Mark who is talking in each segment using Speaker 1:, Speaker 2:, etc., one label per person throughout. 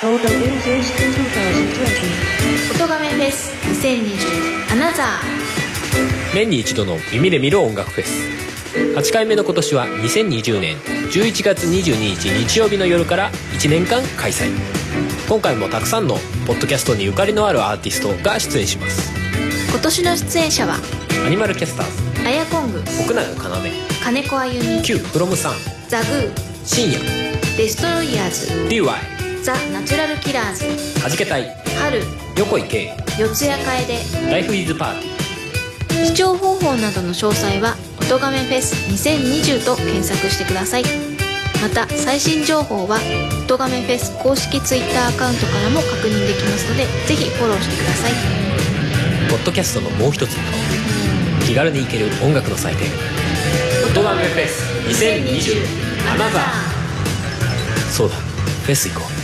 Speaker 1: Total English 2020.
Speaker 2: 音亀フェス2020アナザ
Speaker 3: 年に一度の耳で見る音楽フェス8回目の今年は2020年11月22日日曜日の夜から1年間開催今回もたくさんのポッドキャストにゆかりのあるアーティストが出演します
Speaker 2: ー今年の出演者は
Speaker 3: アニマルキャスターズ
Speaker 2: アヤコング
Speaker 3: 奥永要
Speaker 2: 金子あゆみ
Speaker 3: Q フロムさん
Speaker 2: ザグ
Speaker 3: 深夜
Speaker 2: ーデストロイヤー
Speaker 3: DY
Speaker 2: ズザ・ナチュラルキラーズ
Speaker 3: はじけたい
Speaker 2: 春
Speaker 3: 横井圭
Speaker 2: 四谷楓
Speaker 3: ライフイズパーティ
Speaker 2: 視聴方法などの詳細は「音亀フェス2020」と検索してくださいまた最新情報は「音亀フェス」公式 Twitter アカウントからも確認できますのでぜひフォローしてください
Speaker 3: ーポッドキャストのもう一つの顔気軽に行ける音楽の祭典「音楽フェス2020アナザー」そうだフェス行こう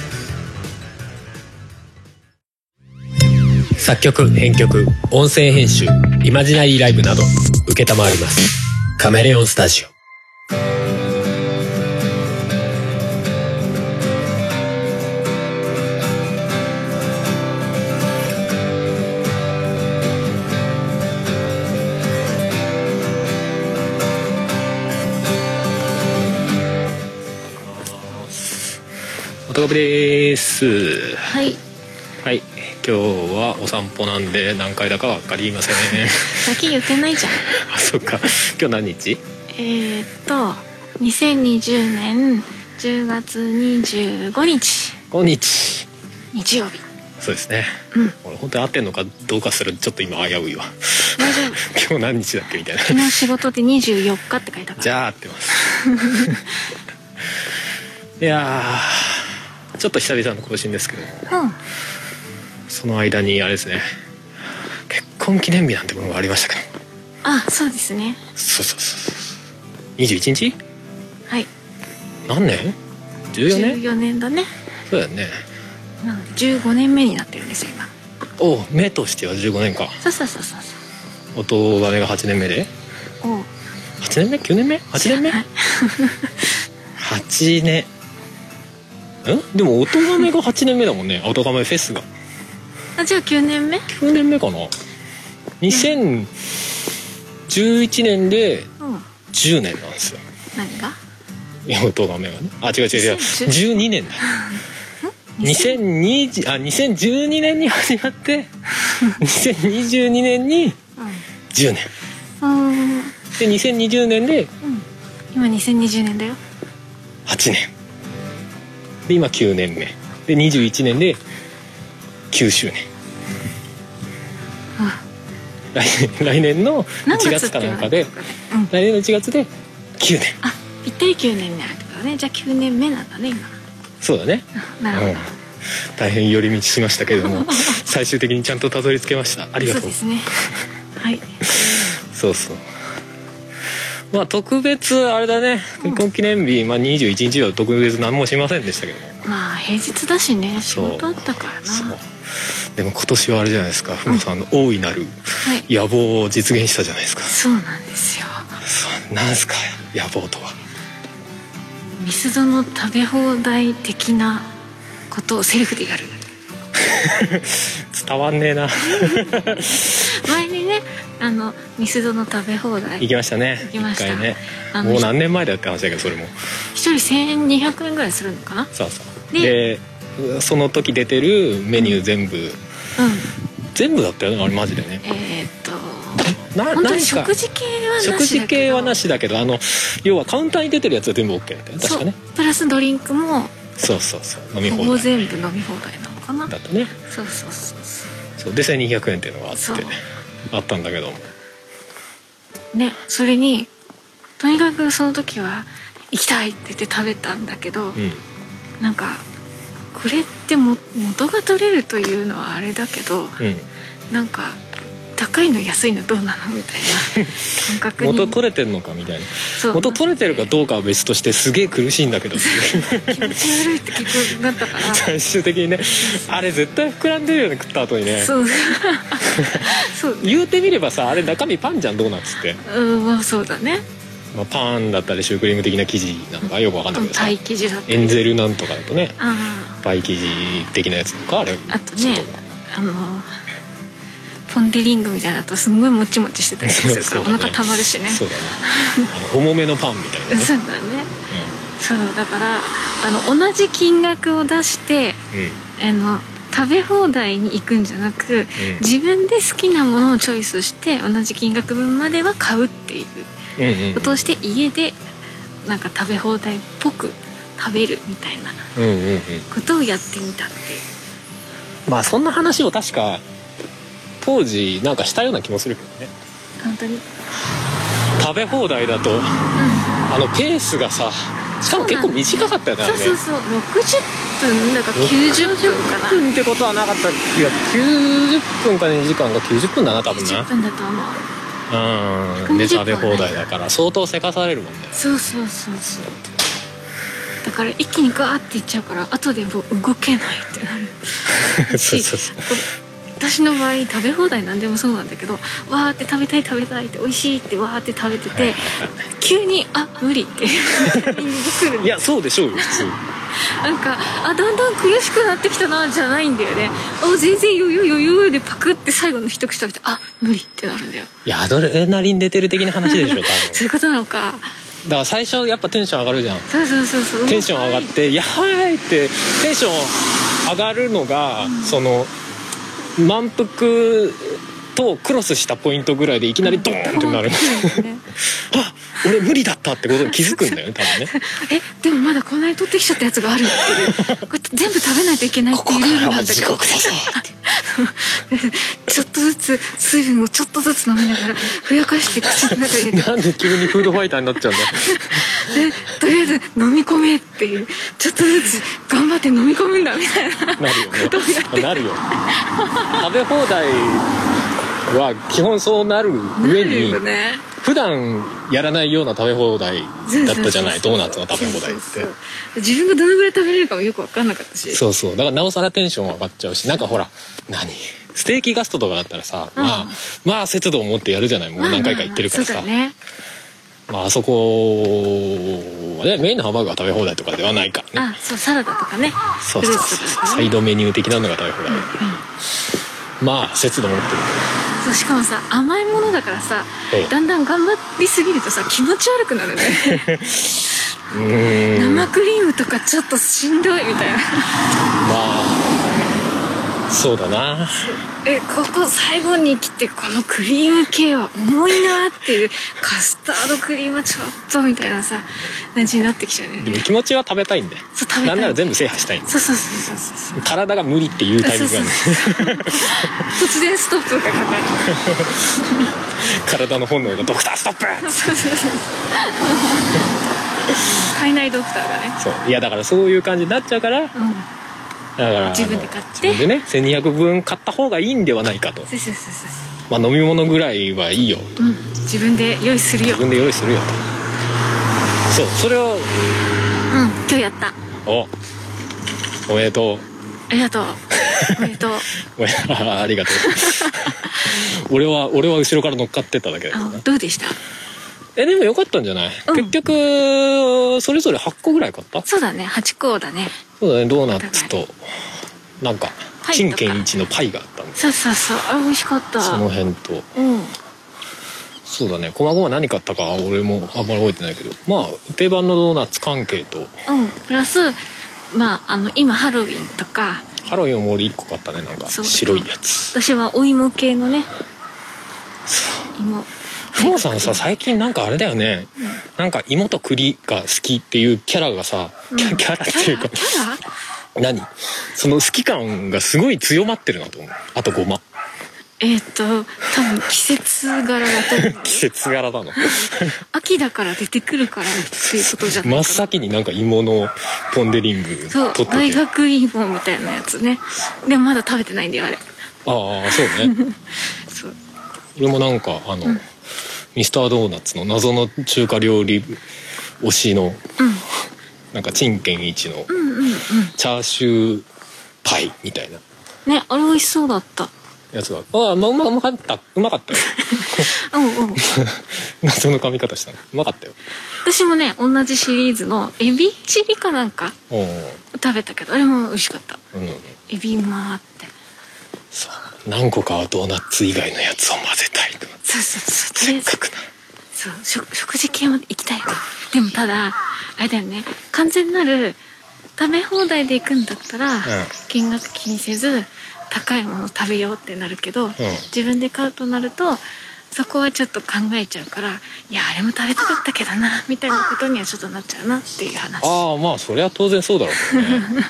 Speaker 3: 作曲編曲音声編集イマジナリーライブなど承りますカメレオンスタジオ音楽です
Speaker 2: はい
Speaker 3: はい今日はお散歩なんで何回だか分かり ません
Speaker 2: 先言ってないじゃん
Speaker 3: あそっか今日何日
Speaker 2: えー、っと2020年10月25日
Speaker 3: 今日
Speaker 2: 日曜日
Speaker 3: そうですね、
Speaker 2: うん
Speaker 3: 俺本当に合ってんのかどうかするちょっと今危ういわ
Speaker 2: 大丈夫
Speaker 3: 今日何日だっけみたいな
Speaker 2: 昨日仕事で24日って書いたから
Speaker 3: じゃあ合ってますいやーちょっと久々の更新ですけど
Speaker 2: うん
Speaker 3: その間にあれですね結婚記念日なんてものがありましたけど
Speaker 2: あそうですね
Speaker 3: そうそうそう21日
Speaker 2: はい
Speaker 3: 何年 ?14 年
Speaker 2: 14年だね
Speaker 3: そうだよね
Speaker 2: うん15年目になってるんですよ今
Speaker 3: おう目としては15年か
Speaker 2: そうそうそうそう
Speaker 3: 弟が目が8年目で
Speaker 2: そうおう
Speaker 3: 8年目9年目8年目
Speaker 2: はい
Speaker 3: 8年んでも音亀が8年目だもんね音亀フェスが
Speaker 2: あじゃあ9年目
Speaker 3: 9年目かな2011年で
Speaker 2: うん
Speaker 3: 10年なんですよ
Speaker 2: 何が
Speaker 3: いや音亀がねあ違う違う違う
Speaker 2: 2010
Speaker 3: 12年だ2020あ2012年に始まって2022年に10年
Speaker 2: うんうん
Speaker 3: で2020年で
Speaker 2: 今2020年だよ
Speaker 3: 8年で今9年目で21年で9周年来年来年の
Speaker 2: 何
Speaker 3: 1
Speaker 2: 月
Speaker 3: 月
Speaker 2: って
Speaker 3: か
Speaker 2: 言
Speaker 3: な
Speaker 2: わ
Speaker 3: んか
Speaker 2: れて
Speaker 3: で
Speaker 2: るかねうん
Speaker 3: 来年の1月で9年
Speaker 2: あぴったり9年になるってことねじゃあ9年目なんだね今
Speaker 3: そうだね
Speaker 2: あなるほど、
Speaker 3: うん大変寄り道しましたけれど も最終的にちゃんとたどり着けましたありが
Speaker 2: そう
Speaker 3: とう
Speaker 2: ですねはい
Speaker 3: そうそうまあ特別あれだね結婚記念日、まあ、21日は特別何もしませんでしたけども
Speaker 2: まあ平日だしね仕
Speaker 3: そう
Speaker 2: 事あったからな
Speaker 3: そう
Speaker 2: は
Speaker 3: でも今年はあれじゃないですかふもさんの大いなる
Speaker 2: い
Speaker 3: 野望を実現したじゃないですか
Speaker 2: そうなんですよ
Speaker 3: そうなんすか野望とは
Speaker 2: ミスドの食べ放題的なことをセルフでやる
Speaker 3: 伝わんねえ な
Speaker 2: 前にねあのミスドの食べ放題
Speaker 3: 行きましたね
Speaker 2: 行きました
Speaker 3: 一回ね
Speaker 2: あの
Speaker 3: もう何年前だって話だけどそれも
Speaker 2: 一人1200円ぐらいするのかな
Speaker 3: さあさあ
Speaker 2: ね
Speaker 3: でその時出てるメニュー全部、
Speaker 2: うん
Speaker 3: 全部だったよねあれマジでね
Speaker 2: えーっと
Speaker 3: な
Speaker 2: 本当に
Speaker 3: 何か
Speaker 2: 食事系はなしだけ
Speaker 3: 食
Speaker 2: ど
Speaker 3: 事系はなしだけどあの要はカウンターに出てるやつは全部 OK みたいな確
Speaker 2: そ
Speaker 3: か
Speaker 2: う
Speaker 3: ね
Speaker 2: プラスドリンクも
Speaker 3: そうそうそう飲み
Speaker 2: ほ
Speaker 3: 放
Speaker 2: ぼ
Speaker 3: 題
Speaker 2: 全部飲み放題なのかな
Speaker 3: だったね
Speaker 2: そうそうそうそ
Speaker 3: そうで1200円っていうのがあって
Speaker 2: そう
Speaker 3: あったんだけども
Speaker 2: うねそれにとにかくその時は行きたいって言って食べたんだけど、
Speaker 3: うん
Speaker 2: なんかこれっても元が取れるというのはあれだけど
Speaker 3: うん
Speaker 2: なんか高いの安いのどうなのみた いな感覚に
Speaker 3: 元取れてんのかみたいな
Speaker 2: そう
Speaker 3: 元取れてるかどうかは別としてすげえ苦しいんだけどっていう
Speaker 2: 気持ち悪いって結局なったから
Speaker 3: 最終的にねあれ絶対膨らんでるよね食った後にね
Speaker 2: そう そう
Speaker 3: 言うてみればさあれ中身パンじゃんドーナツって、
Speaker 2: うんまあそうだね
Speaker 3: まあ、パンだったりシュークリーム的な生地なのかよくわかんないけどさ
Speaker 2: 待機時だった
Speaker 3: エンゼルなんとかだとね
Speaker 2: あ
Speaker 3: パイ生地的なやつとかあれ
Speaker 2: あとねあのポン・デ・リングみたいなのだとすんごいもちもちしてたりするから、お腹たまるしね
Speaker 3: そ
Speaker 2: そうう
Speaker 3: だねあ の重めのパンみたいなね
Speaker 2: だねそうだからあの同じ金額を出して
Speaker 3: うん、うん
Speaker 2: あの食べ放題に行くんじゃなく、自分で好きなものをチョイスして同じ金額分までは買うっていう
Speaker 3: うんうん
Speaker 2: ことをして家でなんか食べ放題っぽく食べるみたいな
Speaker 3: うんうんうん
Speaker 2: ことをやってみたって
Speaker 3: まあそんな話を確か当時なんかしたような気もするけどね
Speaker 2: 本当に
Speaker 3: 食べ放題だとあのペースがさしかも結構短かったよねあ
Speaker 2: そ
Speaker 3: れ
Speaker 2: う
Speaker 3: ね
Speaker 2: そうそう60分だから90分かな
Speaker 3: 分ってことはなかったいや90分か2時間が90分だな多分
Speaker 2: 10分だと思う
Speaker 3: なうんで食べ放題だから相当せかされるもんね
Speaker 2: そうそうそうそうだから一気にガーっていっちゃうから後でもう動けないってな る
Speaker 3: そう
Speaker 2: し
Speaker 3: そうそう
Speaker 2: 私の場合食べ放題なんでもそうなんだけどわーって食べたい食べたいって美味しいってわーって食べてて急にあ無理っていう タイミングが来 る
Speaker 3: いやそうでしょうよ普通
Speaker 2: なんかあだんだん苦しくなってきたなじゃないんだよねあ全然余裕余裕でパクって最後の一口食べてあ無理ってなるんだよ
Speaker 3: いやアドレナリン出てる的な話でしょ多分
Speaker 2: そういうことなのか
Speaker 3: だから最初やっぱテンション上がるじゃん
Speaker 2: そうそうそうそう
Speaker 3: テンション上がって「やばい!」ってテンション上がるのが、その満腹とクロスしたポイントぐらいでいきなりドーンってなる、
Speaker 2: そうね
Speaker 3: あ俺無理だったってことに気づくんだよね多分ね
Speaker 2: えでもまだこの間取ってきちゃったやつがあるっていうこれ全部食べないといけないっていうルールなんだけどちょっとずつ水分をちょっとずつ飲みながらふやかして口の中に入れ て
Speaker 3: なんで急にフードファイターになっちゃうんだよ
Speaker 2: でとりあえず飲み込めっていうちょっとずつ頑張って飲み込むんだみたいな
Speaker 3: なるよ
Speaker 2: ことをやっ
Speaker 3: ねなるよ食べ放題は基本そうなる上
Speaker 2: てる
Speaker 3: に
Speaker 2: よね
Speaker 3: 普段やらないような食べ放題だったじゃないドーナツの食べ放題って
Speaker 2: そうそうそう自分がどのぐらい食べれるかもよく分かんなかったし
Speaker 3: そうそうだからなおさらテンション上がっちゃうしなんかほら何ステーキガストとかだったらさ、まあまあ節度を持ってやるじゃないもう何回か行ってるからさ、
Speaker 2: そうだね
Speaker 3: まああそこはねメインのハンバーグは食べ放題とかではないからね
Speaker 2: あそうサラダとかね
Speaker 3: そうそう
Speaker 2: フルー
Speaker 3: そ
Speaker 2: ツと
Speaker 3: う
Speaker 2: か
Speaker 3: サイドメニュー的なのが食べ放題、まあ節度持ってる
Speaker 2: そうしかもさ甘いものだからさ
Speaker 3: ええ
Speaker 2: だんだん頑張りすぎるとさ気持ち悪くなるね
Speaker 3: うーん
Speaker 2: 生クリームとかちょっとしんどいみたいな
Speaker 3: まあそうだな
Speaker 2: えここ最後に来てこのクリーム系は重いなっていうカスタードクリームはちょっとみたいなさ感じになってきちゃう
Speaker 3: で
Speaker 2: ね
Speaker 3: も気持ちは食べたいんで
Speaker 2: そう食べたい
Speaker 3: なんなら全部制覇したいんで
Speaker 2: そうそうそうそうそう
Speaker 3: 体が無理っていうタイミングがあるんです
Speaker 2: 突然ストップがかかる
Speaker 3: 体の本能が「ドクターストップ!」
Speaker 2: そうそう そう体内ドクターがね
Speaker 3: そういやだからそういう感じになっちゃうから、だから
Speaker 2: 自分で買って
Speaker 3: 自分でね1200分買った方がいいんではないかと、
Speaker 2: そうそうそうそ
Speaker 3: まあ、飲み物ぐらいはいいよ
Speaker 2: う、うん、自分で用意するよ
Speaker 3: 自分で用意するよそうそれを
Speaker 2: うん今日やった
Speaker 3: おおめでとう
Speaker 2: ありが とうおめでとう
Speaker 3: おめ ありがとう俺は俺は後ろから乗っかってっただけだけど
Speaker 2: あ
Speaker 3: な
Speaker 2: どうでした
Speaker 3: えでもよかったんじゃない、
Speaker 2: うん
Speaker 3: 結局それぞれ8個ぐらい買った
Speaker 2: そうだね8個だね
Speaker 3: そうだねドーナツとなんか
Speaker 2: パイと
Speaker 3: 陳
Speaker 2: か
Speaker 3: 建一のパイがあったんです
Speaker 2: そうそうそうあ美味しかった
Speaker 3: その辺と
Speaker 2: うん
Speaker 3: そうだね細々何買ったか俺もあんまり覚えてないけどまあ定番のドーナツ関係と
Speaker 2: うんプラスまああの今ハロウィンとか
Speaker 3: ハロウィンをもう1個買ったねなんか
Speaker 2: そう
Speaker 3: 白いやつ
Speaker 2: 私はお芋系のね芋
Speaker 3: ふもさんさ最近なんかあれだよね、なんか芋と栗が好きっていうキャラがさ、キャキャラっ
Speaker 2: キ
Speaker 3: ていう
Speaker 2: ャ
Speaker 3: か
Speaker 2: ラキャラ
Speaker 3: 何その好き感がすごい強まってるなと思うあとごま
Speaker 2: えっ、と多分季節柄だ と思う
Speaker 3: 季節柄な の
Speaker 2: 秋だから出てくるからっていうことじゃないかな
Speaker 3: 真っ先になんか芋のポン・デ・リング取
Speaker 2: そ
Speaker 3: って
Speaker 2: う
Speaker 3: て
Speaker 2: 大学芋みたいなやつねでもまだ食べてないんだよあれ
Speaker 3: ああそうね
Speaker 2: そう
Speaker 3: 俺もなんかあの、ミスタードーナツの謎の中華料理推しの、なんか陳建一のチャーシューパイみたいな
Speaker 2: ねあれ美味しそうだった
Speaker 3: やつが「ああまあうまうまかったうまかったよ
Speaker 2: うんうん」
Speaker 3: 謎の髪型したのうまかったよ
Speaker 2: 私もね同じシリーズのエビチリかなんか
Speaker 3: うんうん
Speaker 2: 食べたけどあれも美味しかった
Speaker 3: うん
Speaker 2: エビもあって
Speaker 3: そう何個かはドーナツ以外のやつを混ぜたいと
Speaker 2: そうそうそうとり
Speaker 3: せ
Speaker 2: あえ
Speaker 3: っ
Speaker 2: ず
Speaker 3: かくな
Speaker 2: そう食食事系も行きたいよでもただあれだよね完全なる食べ放題で行くんだったら、金額気にせず高いもの食べようってなるけど、自分で買うとなるとそこはちょっと考えちゃうからいやあれも食べたかったけどなみたいなことにはちょっとなっちゃうなっていう話
Speaker 3: ああまあそりゃ当然そうだろうね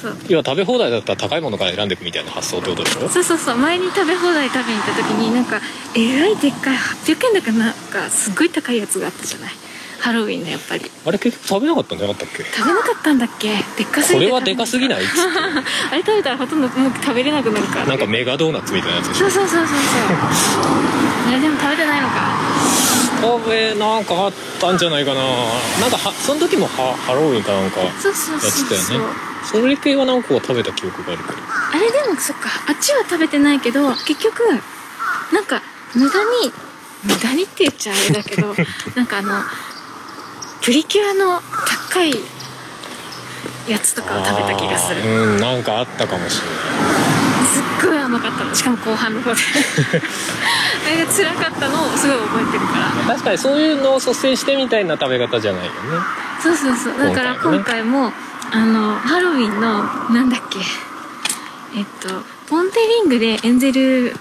Speaker 2: そう
Speaker 3: いや食べ放題だったら高いものから選んでいくみたいな発想ってことでしょ
Speaker 2: そうそうそう前に食べ放題食べに行った時になんかえらいでっかい800円だかなんかすっごい高いやつがあったじゃないハロウィンのやっぱり
Speaker 3: あれ結局食べなかったんじゃなかったっけ
Speaker 2: 食べなかったんだっけでっかすぎ
Speaker 3: こ
Speaker 2: て
Speaker 3: れはでかすぎないっつっ
Speaker 2: あれ食べたらほとんどもう食べれなくなるから
Speaker 3: てなんかメガドーナツみたいなやつでし
Speaker 2: そ
Speaker 3: ょ
Speaker 2: うそうそうそうそうあれでも食べてないのか
Speaker 3: 食べなんかあったんじゃないかななんかはその時もハハロウィンかなんかやって
Speaker 2: そうそうそう
Speaker 3: た
Speaker 2: そう
Speaker 3: よねそれ系は何個か食べた記憶があるけど
Speaker 2: あれでもそっかあっちは食べてないけど結局なんか無駄に無駄にって言っちゃあれだけどなんかあのプリキュアの高いやつとかを食べた気がする
Speaker 3: あーうんなんかあったかもしれない
Speaker 2: すっごい甘かったのしかも後半の方であれが辛かったのをすごい覚えてるから
Speaker 3: 確かにそういうのを率先してみたいな食べ方じゃないよね
Speaker 2: そうそうそうだから今
Speaker 3: 今
Speaker 2: 回も、あのハロウィンのなんだっけえっとポン・デ・リングでエンゼル・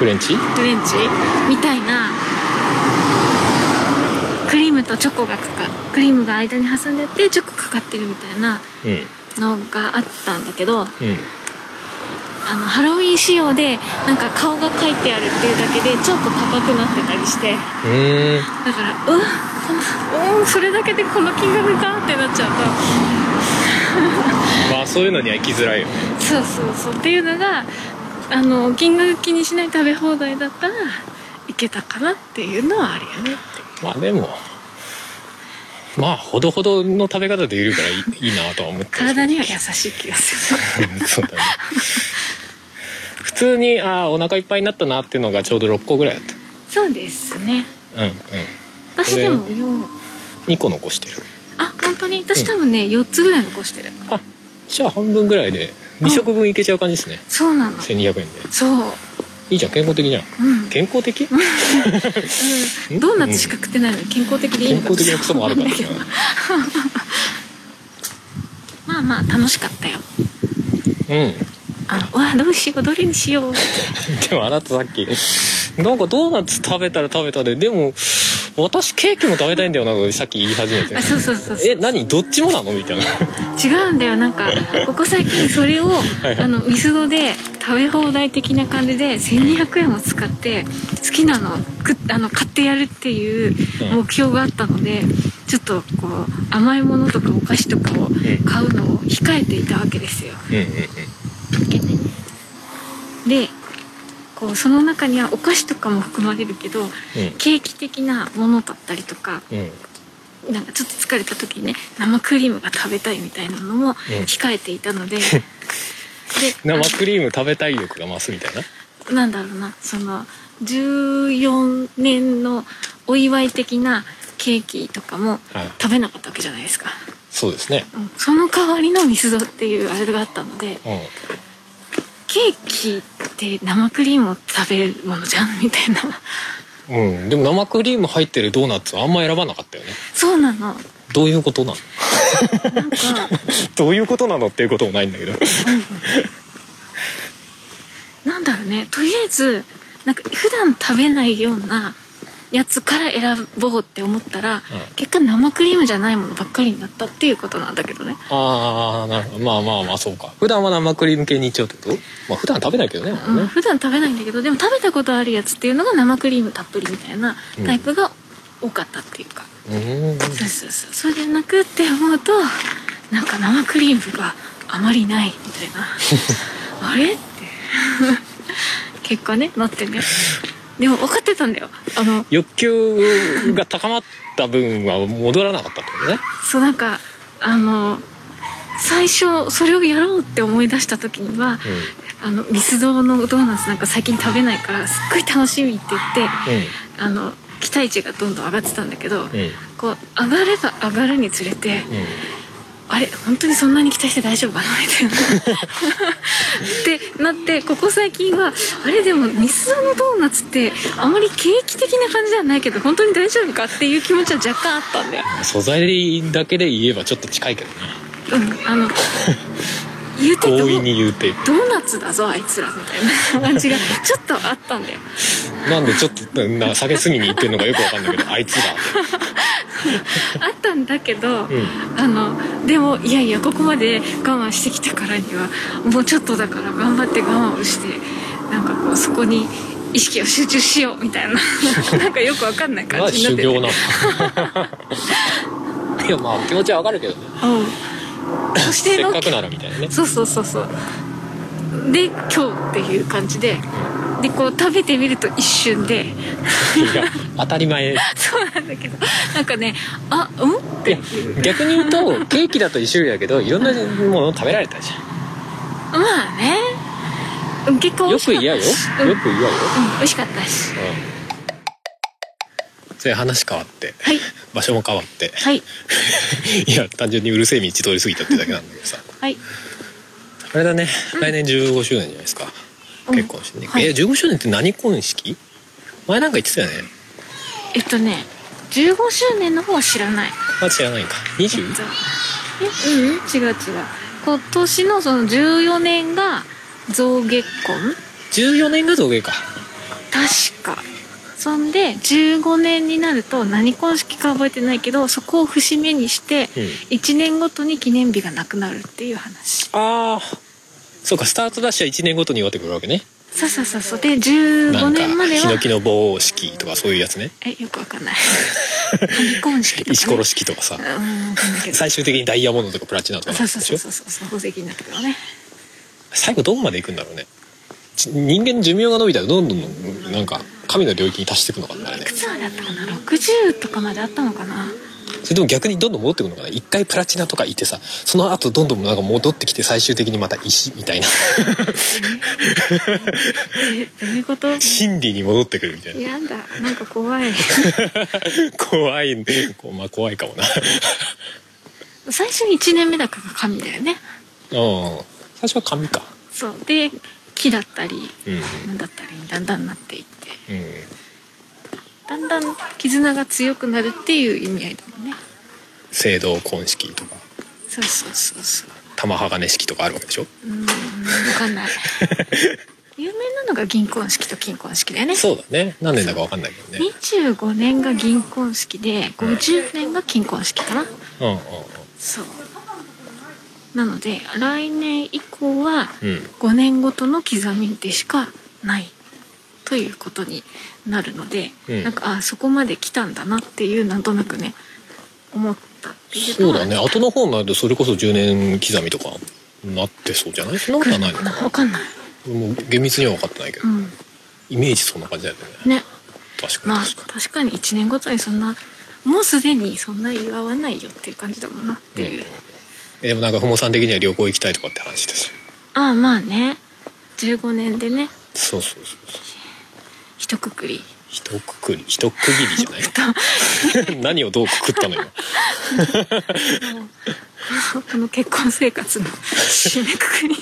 Speaker 3: フレンチ
Speaker 2: フレンチみたいなクリームとチョコがかかクリームが間に挟んでてチョコかかってるみたいな
Speaker 3: うん
Speaker 2: のがあったんだけどあ
Speaker 3: うん
Speaker 2: のハロウィン仕様でなんか顔が描いてあるっていうだけでちょっと高くなってたりして
Speaker 3: うーん
Speaker 2: だからうわこのうんそれだけでこの金額かってなっちゃうと。
Speaker 3: まあそういうのには行きづらいよね
Speaker 2: そうそうそうっていうのがあの金額気にしない食べ放題だったらいけたかなっていうのはあるよね
Speaker 3: まあでもまあほどほどの食べ方でいるからいいいいなとは思ってる
Speaker 2: 体には優しい気がする
Speaker 3: そうだね普通にああお腹いっぱいになったなっていうのがちょうど6個ぐらいだっ
Speaker 2: そうですね
Speaker 3: たうんうん
Speaker 2: 私でもよ
Speaker 3: 2個残してる
Speaker 2: あ本当に私多分ね、4つぐらい残してる
Speaker 3: あじゃあ半分ぐらいで2食分いけちゃう感じですね、
Speaker 2: そうなのそう
Speaker 3: 1200円でいいじゃん健康的じゃん
Speaker 2: うん、
Speaker 3: 健康的
Speaker 2: うん、ドーナツしか食ってないのに健康的でいい
Speaker 3: 健
Speaker 2: のか
Speaker 3: 康的なクソもあるからな
Speaker 2: そう まあまあ楽しかったよ
Speaker 3: うん
Speaker 2: あのわあどうしようどれにしよう
Speaker 3: でもあなたさっきなんかドーナツ食べたら食べたででも私ケーキも食べたいんだよなとさっき言い始めて
Speaker 2: あそうそうそうそう
Speaker 3: え何どっちもなのみたいな
Speaker 2: 違うんだよな んかここ最近それを
Speaker 3: い
Speaker 2: あのミスドで食べ放題的な感じで1200円を使って好きなのくあの買ってやるっていう
Speaker 3: うん
Speaker 2: 目標があったのでちょっとこう甘いものとかお菓子とかを買うのを控えていたわけですよ
Speaker 3: うんうん
Speaker 2: でこうその中にはお菓子とかも含まれるけどケーキ的なものだったりとか
Speaker 3: うんうん
Speaker 2: なんかちょっと疲れた時にね生クリームが食べたいみたいなのも控えてい たので、で
Speaker 3: 生クリーム食べたい欲が増すみたいな
Speaker 2: なんだろうなその14年のお祝い的なケーキとかも
Speaker 3: はい
Speaker 2: 食べなかったわけじゃないですか、
Speaker 3: そうですね
Speaker 2: うんその代わりのミスドっていうあれがあったので
Speaker 3: うん
Speaker 2: ケーキって生クリームを食べるものじゃんみたいな
Speaker 3: うん、でも生クリーム入ってるドーナツはあんま選ばなかったよね
Speaker 2: そうなの
Speaker 3: どういうことなの
Speaker 2: なんか
Speaker 3: どういうことなのっていうこともないんだけど
Speaker 2: なんだろうねとりあえずなんか普段食べないようなやつから選ぼうって思ったら、
Speaker 3: ん
Speaker 2: 結果生クリームじゃないものばっかりになったっていうことなんだけどね
Speaker 3: ああなるほどまあまあまあそうか普段は生クリーム系に行っちゃうってことまあ普段食べないけどね、あんま
Speaker 2: うん、
Speaker 3: ね
Speaker 2: 普段食べないんだけどでも食べたことあるやつっていうのが生クリームたっぷりみたいなタイプが多かったっていうか、
Speaker 3: うん
Speaker 2: そうそうそうそうじゃなくって思うとなんか生クリームがあまりないみた いなあれって 結果ねなってねでも分かってたんだよあの
Speaker 3: 欲求が高まった分は戻らなかったってことね
Speaker 2: そうなんかあの最初それをやろうって思い出した時には、あのミスドのドーナツなんか最近食べないからすっごい楽しみって言って、あの期待値がどんどん上がってたんだけど、こう上がれば上がるにつれて、あれ本当にそんなに期待して大丈夫かなみた いなってなってここ最近はあれでもミスドのドーナツってあまり景気的な感じではないけど本当に大丈夫かっていう気持ちは若干あったんだよ
Speaker 3: 素材だけで言えばちょっと近いけどね
Speaker 2: うんあの言うて
Speaker 3: 強
Speaker 2: ど
Speaker 3: 引
Speaker 2: う
Speaker 3: に言うて
Speaker 2: ドーナツだぞあいつらみたいな 感じがちょっとあったんだよ
Speaker 3: なんでちょっとな下げすぎに言ってんのかよくわかんないけどあいつら
Speaker 2: あったんだけど、
Speaker 3: ん
Speaker 2: あのでもいやいやここまで我慢してきたからにはもうちょっとだから頑張って我慢をしてなんかこうそこに意識を集中しよう みたいななんかよくわかんない 感
Speaker 3: まあ
Speaker 2: じになっ
Speaker 3: 修
Speaker 2: てて
Speaker 3: 行なの
Speaker 4: いやまあ気持ちはわかるけどね
Speaker 2: うんそして
Speaker 3: せ
Speaker 2: の
Speaker 3: っかくならみたいなね
Speaker 2: そうそうそうそうで今日っていう感じででこう食べてみると一瞬で
Speaker 3: いや当たり 前
Speaker 2: そうなんだけどなんかねあうんっ
Speaker 3: い
Speaker 2: て
Speaker 3: や逆に言うとケーキだと一種類だけどいろんなもの食べられたじゃ
Speaker 2: まあねうん結構
Speaker 3: ん
Speaker 2: 美
Speaker 3: よ
Speaker 2: 味
Speaker 3: く
Speaker 2: しかった
Speaker 3: 嫌よよ
Speaker 2: し
Speaker 3: く嫌よ、
Speaker 2: うん、美味しかったし
Speaker 3: うん、それ話変わって
Speaker 2: はい
Speaker 3: 場所も変わって
Speaker 2: はい
Speaker 3: いや単純にうるせえ道通り過ぎたってだけなんだけどさ
Speaker 2: はい
Speaker 3: あれだね来年15周年じゃないですか、
Speaker 2: うん
Speaker 3: 結婚してね、
Speaker 2: はい
Speaker 3: え15周年って何婚式前なんか言ってたよね
Speaker 2: えっとね15周年の方は知らない
Speaker 3: まあ知らないか
Speaker 2: えっ
Speaker 3: 20?
Speaker 2: とえうん違う違う今年のその14年が増月婚
Speaker 3: 14年が造形か
Speaker 2: 確かそんで15年になると何婚式か覚えてないけどそこを節目にして
Speaker 3: うん
Speaker 2: 1年ごとに記念日がなくなるっていう話、
Speaker 3: ああそうかスタートダッシュは1年ごとに終わってくるわけね
Speaker 2: そうそうそうそうで
Speaker 3: な
Speaker 2: 15
Speaker 3: んか
Speaker 2: 年まで
Speaker 3: ヒノ
Speaker 2: は
Speaker 3: キの棒式とかそういうやつね
Speaker 2: えよくわかんない何婚式とか、ね、
Speaker 3: 石 ころ式とかさ
Speaker 2: うんわかんないけど
Speaker 3: 最終的にダイヤモンドとかプラチナとかな
Speaker 2: そ
Speaker 3: ん
Speaker 2: う
Speaker 3: で
Speaker 2: そう
Speaker 3: し
Speaker 2: そ
Speaker 3: ょ
Speaker 2: うそうそう宝石になったけどね
Speaker 3: 最後どこまで行くんだろうねち人間寿命が伸びたらどんどんどんどんなんか神の領域に達していくのかなあれね
Speaker 2: いくつまであったかな60とかまであったのかな
Speaker 3: それでも逆にどんどん戻ってくるのかな一回プラチナとかいてさその後どんどんなんか戻ってきて最終的にまた石みたい な
Speaker 2: えどういうこと
Speaker 3: 真理に戻ってくるみたいな
Speaker 2: やだなんか怖い
Speaker 3: 怖いんでこうまあ怖いかもな
Speaker 2: 最初に1年目だからが神だよね
Speaker 3: うん最初は紙か
Speaker 2: そうで木だったり
Speaker 3: うんうん
Speaker 2: なんだったりにだんだんなっていってだんだん絆が強くなるっていう意味合いだもんね
Speaker 3: 聖堂婚式とか
Speaker 2: そうそうそうそう
Speaker 3: 玉鋼式とかあるわけでしょ
Speaker 2: うーん分かん ない有名なのが銀婚式と金婚式だよね
Speaker 3: そうだね何年だか分かんないけどね
Speaker 2: 25年が銀婚式で50年が金婚式かな
Speaker 3: うんうん
Speaker 2: そうなので来年以降は
Speaker 3: うんうん
Speaker 2: 5年ごとの刻みでしかないということになるので、
Speaker 3: うん
Speaker 2: なんかあそこまで来たんだなっていうなんとなくね思ったっていう
Speaker 3: そうだね
Speaker 2: あ
Speaker 3: 後の方になるとそれこそ10年刻みとかなってそうじゃないそんなことはないのか
Speaker 2: わかんない
Speaker 3: なもう厳密には分かってないけど、
Speaker 2: うん
Speaker 3: イメージそんな感じだよね
Speaker 2: ね
Speaker 3: 確か
Speaker 2: ま
Speaker 3: に
Speaker 2: あ
Speaker 3: 確かに、
Speaker 2: 確かに1年ごとにそんなもうすでにそんな祝わないよっていう感じだもんなっていう、
Speaker 3: えでもなんかふもさん的には旅行行きたいとかって話ですよ
Speaker 2: ああまあね15年でね
Speaker 3: そうそうそうそう
Speaker 2: 一括り
Speaker 3: 一括り一区切りじ ゃない 何をどうくくったのよ
Speaker 2: この結婚生活の 締めくくり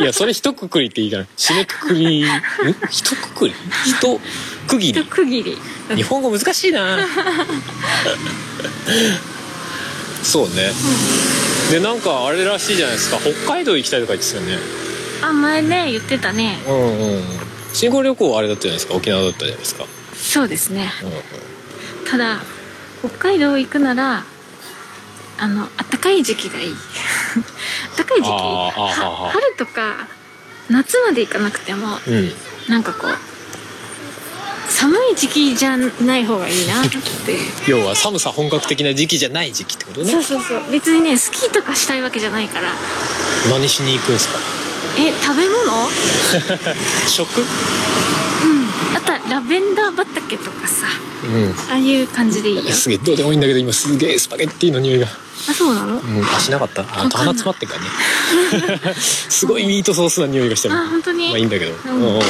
Speaker 3: いやそれ一括りっていいじゃない締めくく りん一括り一区切
Speaker 2: 一
Speaker 3: り
Speaker 2: 区切り
Speaker 3: 日本語難しいなそうね、でなんかあれらしいじゃないですか北海道行きたいとか言ってたよね
Speaker 2: あ前ね言ってたね
Speaker 3: うんうんうん新婚旅行はあれだったじゃないですか沖縄だったじゃないですか、
Speaker 2: そうですね
Speaker 3: うんうん、
Speaker 2: ただ北海道行くならあの暖かい時期がいい 暖かい時期
Speaker 3: あーあー
Speaker 2: は
Speaker 3: あー
Speaker 2: 春とか夏まで行かなくても
Speaker 3: うん
Speaker 2: なんかこう寒い時期じゃない方がいいなって
Speaker 3: 要は寒さ本格的な時期じゃない時期ってことね
Speaker 2: そうそうそう別にねスキーとかしたいわけじゃないから
Speaker 3: 何しに行くんですか
Speaker 2: え食べ物
Speaker 3: 食
Speaker 2: あとはラベンダー畑とかさ
Speaker 3: うん
Speaker 2: ああいう感じでいいよ
Speaker 3: すげえどうでもいいんだけど今すげえスパゲッティの匂いが
Speaker 2: あそうなの
Speaker 3: もうあしなかったあ
Speaker 2: わかんない
Speaker 3: 鼻詰まってんからね すごいミートソースな匂いがしてる
Speaker 2: あ本当に
Speaker 3: まあいいんだけど、
Speaker 2: ん
Speaker 3: うんうん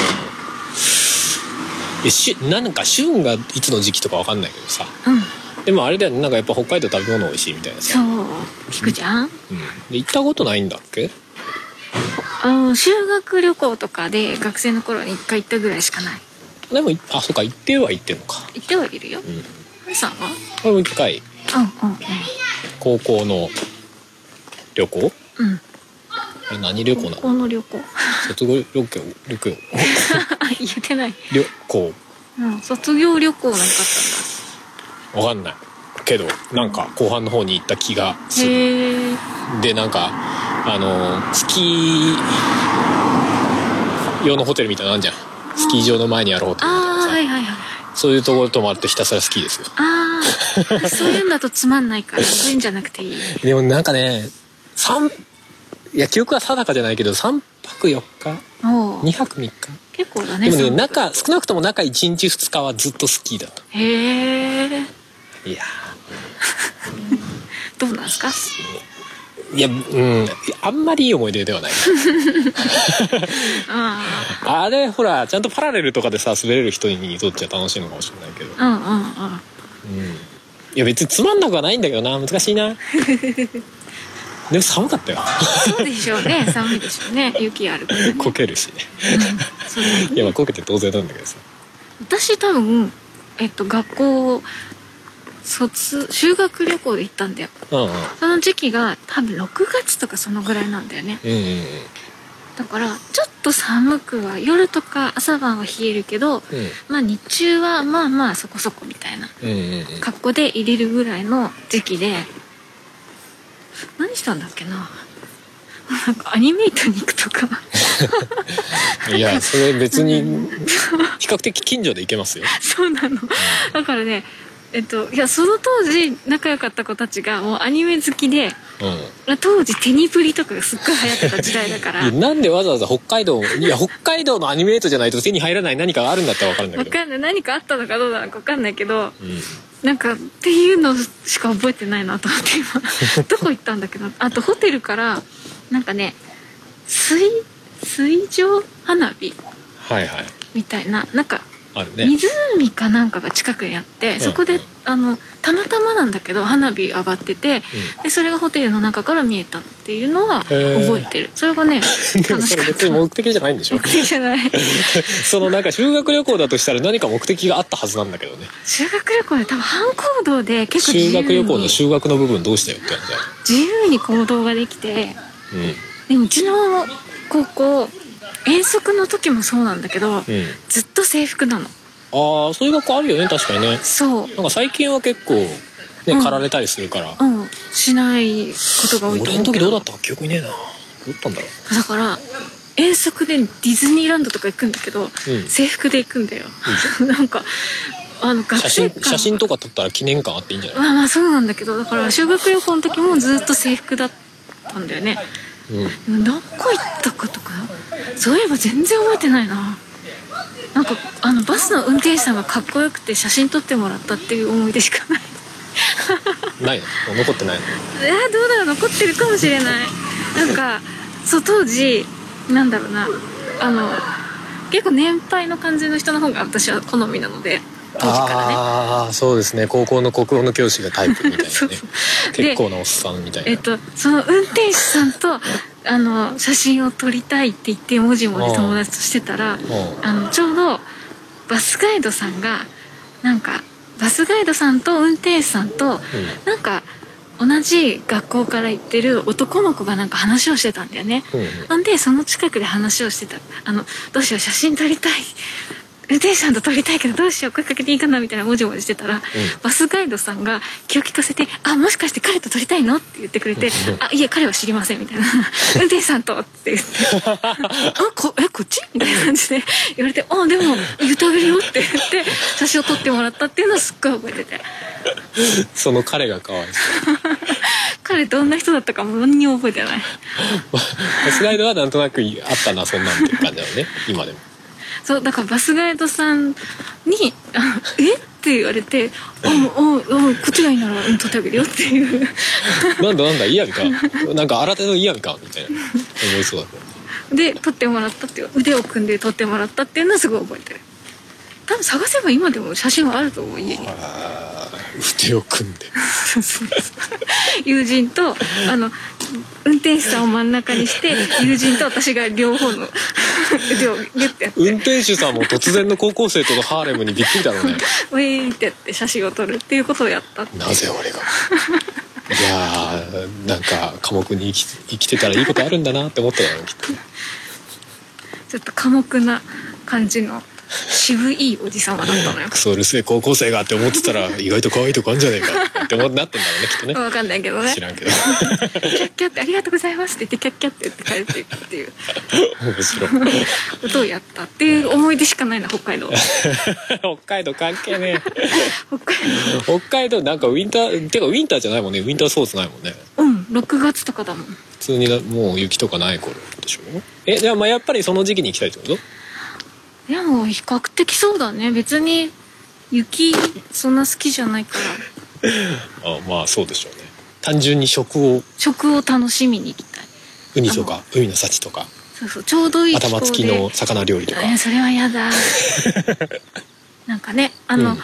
Speaker 3: えしなんか旬がいつの時期とかわかんないけどさ
Speaker 2: うん
Speaker 3: でもあれだよねなんかやっぱ北海道食べ物美味しいみたいなさ、
Speaker 2: そう聞くじゃん
Speaker 3: うん、で行ったことないんだっけ
Speaker 2: あの修学旅行とかで学生の頃に一回行ったぐらいしかない
Speaker 3: でもいあそうか行っては行ってんのか
Speaker 2: 行ってはいるよ
Speaker 3: ん
Speaker 2: 皆さんは
Speaker 3: 俺も一回
Speaker 2: うんうん
Speaker 3: 高校の旅行
Speaker 2: うんうん
Speaker 3: あれ何旅行な
Speaker 2: 高
Speaker 3: の
Speaker 2: 校の旅行
Speaker 3: 卒業旅行旅行
Speaker 2: 言えてない、
Speaker 3: 旅行
Speaker 2: うん、卒業旅行なんかあっ
Speaker 3: わかんないけどなんか後半の方に行った気が
Speaker 2: た
Speaker 3: す
Speaker 2: んだ
Speaker 3: る
Speaker 2: へえ
Speaker 3: でなんかあのスキー用のホテルみたいなのあんじゃんスキー場の前にあるホテルみたいな
Speaker 2: ああ
Speaker 3: さ、
Speaker 2: はいはいはい
Speaker 3: そういうところ泊まってひたすらスキーですよ
Speaker 2: ああそういうんだとつまんないからそういうんじゃなくていい
Speaker 3: でもなんかね三いや記憶は定かじゃないけど3泊4
Speaker 2: も
Speaker 3: 日2
Speaker 2: う
Speaker 3: 泊3日
Speaker 2: 結構だね
Speaker 3: でもね
Speaker 2: 三泊
Speaker 3: 中少なくとも中1日2日はずっとスキーだと
Speaker 2: へえ
Speaker 3: いや
Speaker 2: どうなんすか
Speaker 3: ーいやうんあんまりいい思い出ではない
Speaker 2: あ
Speaker 3: あれほらちゃんとパラレルとかでさ滑れる人にとっちゃ楽しいのかもしれないけど
Speaker 2: あうんうんうん
Speaker 3: いや別につまんなくはないんだけどな難しい なでも寒かったよ
Speaker 2: そうでしょう ね寒いでしょうね雪あるからね
Speaker 3: こけるしね
Speaker 2: そうだね
Speaker 3: いやまあこけて当然なんだけどさ
Speaker 2: 私多分えっと学校卒修学旅行で行ったんだよ
Speaker 3: うんうんうん
Speaker 2: その時期が多分6月とかそのぐらいなんだよね
Speaker 3: うん
Speaker 2: だからちょっと寒くは夜とか朝晩は冷えるけど
Speaker 3: うん
Speaker 2: まあ日中はまあまあそこそこみたいな
Speaker 3: うんうんうん
Speaker 2: 格好で入れるぐらいの時期で何したんだっけななんかアニメイトに行くとか
Speaker 3: いやそれ別に比較的近所で行けますよ
Speaker 2: そうなのだからねえっといやその当時仲良かった子たちがもうアニメ好きで
Speaker 3: うん
Speaker 2: 当時テニプリとかがすっごい流行ってた時代だから
Speaker 3: いやなんでわざわざ北海道いや北海道のアニメートじゃないと手に入らない何かがあるんだったらわかるんだ
Speaker 2: わ
Speaker 3: けど
Speaker 2: かんない何かあったのかどうなのかわかんないけど
Speaker 3: うん
Speaker 2: なんかっていうのしか覚えてないなと思って 今どこ行ったんだっけどあとホテルからなんかね水水上花火
Speaker 3: はいはい
Speaker 2: みたいななんか
Speaker 3: あるね
Speaker 2: 湖かなんかが近くにあって、そこ
Speaker 3: うん
Speaker 2: で
Speaker 3: うん
Speaker 2: あのたまたまなんだけど花火上がってて、
Speaker 3: う
Speaker 2: でそれがホテルの中から見えたっていうのは
Speaker 3: へー
Speaker 2: 覚えてる、それがね
Speaker 3: でも
Speaker 2: 楽し
Speaker 3: そ
Speaker 2: か
Speaker 3: れ
Speaker 2: っ
Speaker 3: 別に
Speaker 2: た
Speaker 3: 目的じゃないん でしょ
Speaker 2: 目的じゃない
Speaker 3: そのなんか修学旅行だとしたら何か目的があったはずなんだけどね
Speaker 2: 修学旅行で多分反行動で結構自由
Speaker 3: 修
Speaker 2: に
Speaker 3: 学旅行の修学の部分どうしたよって話だよ
Speaker 2: 自由に行動ができて
Speaker 3: う
Speaker 2: でもうちの高校遠足の時もそうなんだけど、
Speaker 3: ん、うん、
Speaker 2: ずっと制服なの
Speaker 3: ああそういう学校あるよね確かにね
Speaker 2: そう
Speaker 3: なんか最近は結構ね
Speaker 2: うん
Speaker 3: 駆られたりするから、
Speaker 2: うんしないことが多いと
Speaker 3: 俺
Speaker 2: 思
Speaker 3: の
Speaker 2: うけ
Speaker 3: 時
Speaker 2: ど
Speaker 3: どうだったか記憶にねえなどうだったんだろ
Speaker 2: だから遠足でディズニーランドとか行くんだけど、制服で行くんだよ、 なんかあの
Speaker 3: う
Speaker 2: 学
Speaker 3: 写
Speaker 2: 生
Speaker 3: 真
Speaker 2: 館
Speaker 3: 写真とか撮ったら記念館あっていいんじゃない
Speaker 2: まあまあそうなんだけどだから修学旅行の時もずっと制服だったんだよね
Speaker 3: うん
Speaker 2: どこ行ったかとかそういえば全然覚えてないななんかあのバスの運転手さんがかっこよくて写真撮ってもらったっていう思い出しかない
Speaker 3: ないの残ってないの
Speaker 2: えー、どうだろう残ってるかもしれないなんかそう当時なんだろうなあの結構年配の感じの人の方が私は好みなので当時からね
Speaker 3: ああそうですね高校の国語の教師がタイプみたいなね
Speaker 2: そうそうで
Speaker 3: 結構なおっさんみたいな、
Speaker 2: えっとその運転手さんとあの写真を撮りたいって言って文字も
Speaker 3: うん
Speaker 2: ね友達としてたら
Speaker 3: うん
Speaker 2: あのちょうどバスガイドさんがなんかバスガイドさんと運転手さんと、なんか同じ学校から行ってる男の子がなんか話をしてたんだよね、
Speaker 3: うんうん
Speaker 2: なんでその近くで話をしてたあのどうしよう写真撮りたい運転手さんと撮りたいけどどうしよう声かけていいかなみたいなもじもじしてたら、バスガイドさんが気を利かせて「あもしかして彼と撮りたいの?」って言ってくれて「あいえ彼は知りません」みたいな 「運転手さんと」って言って あこえこっちみたいな感じで言われて「あでも言ってあげるよ」って言って写真を撮ってもらったっていうのはすっごい覚えてて
Speaker 3: その彼が可愛い
Speaker 2: 彼どんな人だったかも何にも覚えてない
Speaker 3: バ スガイドはなんとなくあったなそんなんっていう感じだよね今でも
Speaker 2: そうだからバスガイドさんに「あえって言われて「うんうんうんこっちがいいならうん取ってあげるよ」っていう
Speaker 3: なんだなんだ嫌味かなんか新手の嫌味かみたいな思いそうだけど
Speaker 2: で取ってもらったっていう腕を組んで取ってもらったっていうのはすごい覚えてる多分探せば今でも写真はあると思う家に
Speaker 3: あー腕を組んで
Speaker 2: 友人とあの運転手さんを真ん中にして友人と私が両方の腕をギュッてやって
Speaker 3: 運転手さんも突然の高校生とのハーレムにびっくりだろうね
Speaker 2: ウィーってやって写真を撮るっていうことをやったって
Speaker 3: なぜ俺がいやーなんか寡黙に生き生きてたらいいことあるんだなって思っただろうきっと
Speaker 2: ちょっと寡黙な感じの渋いおじさまだった のよ
Speaker 3: クソうるせえ高校生がって思ってたら意外と可愛いとこあんじゃねえかって思ってなってんだろうねきっとね
Speaker 2: 分かんないけどね
Speaker 3: 知らんけど
Speaker 2: キャッキャって「ありがとうございます」って言ってキャッキャって言って帰っていくっていう
Speaker 3: 面白い
Speaker 2: ことをやったっていう思い出しかないな北 海道
Speaker 3: 北海道関係ねえ
Speaker 2: 北
Speaker 3: 北
Speaker 2: 海
Speaker 3: 海道なんかウィンターてかウィンターじゃないもんねウィンターソースないもんね
Speaker 2: 道うん6月とかだもん
Speaker 3: 普通になもう雪とかない頃でしょえじゃあまあやっぱりその時期に行きたいってこと
Speaker 2: でも比較的そうだね別に雪そんな好きじゃないから
Speaker 3: あまあそうでしょうね単純に食を
Speaker 2: 食を楽しみに行きたい
Speaker 3: 海とか海の幸とか
Speaker 2: そうそうちょうどいい気候
Speaker 3: 頭
Speaker 2: で
Speaker 3: 付きの魚料理とか
Speaker 2: えそれは やだなんかねあの、
Speaker 3: うん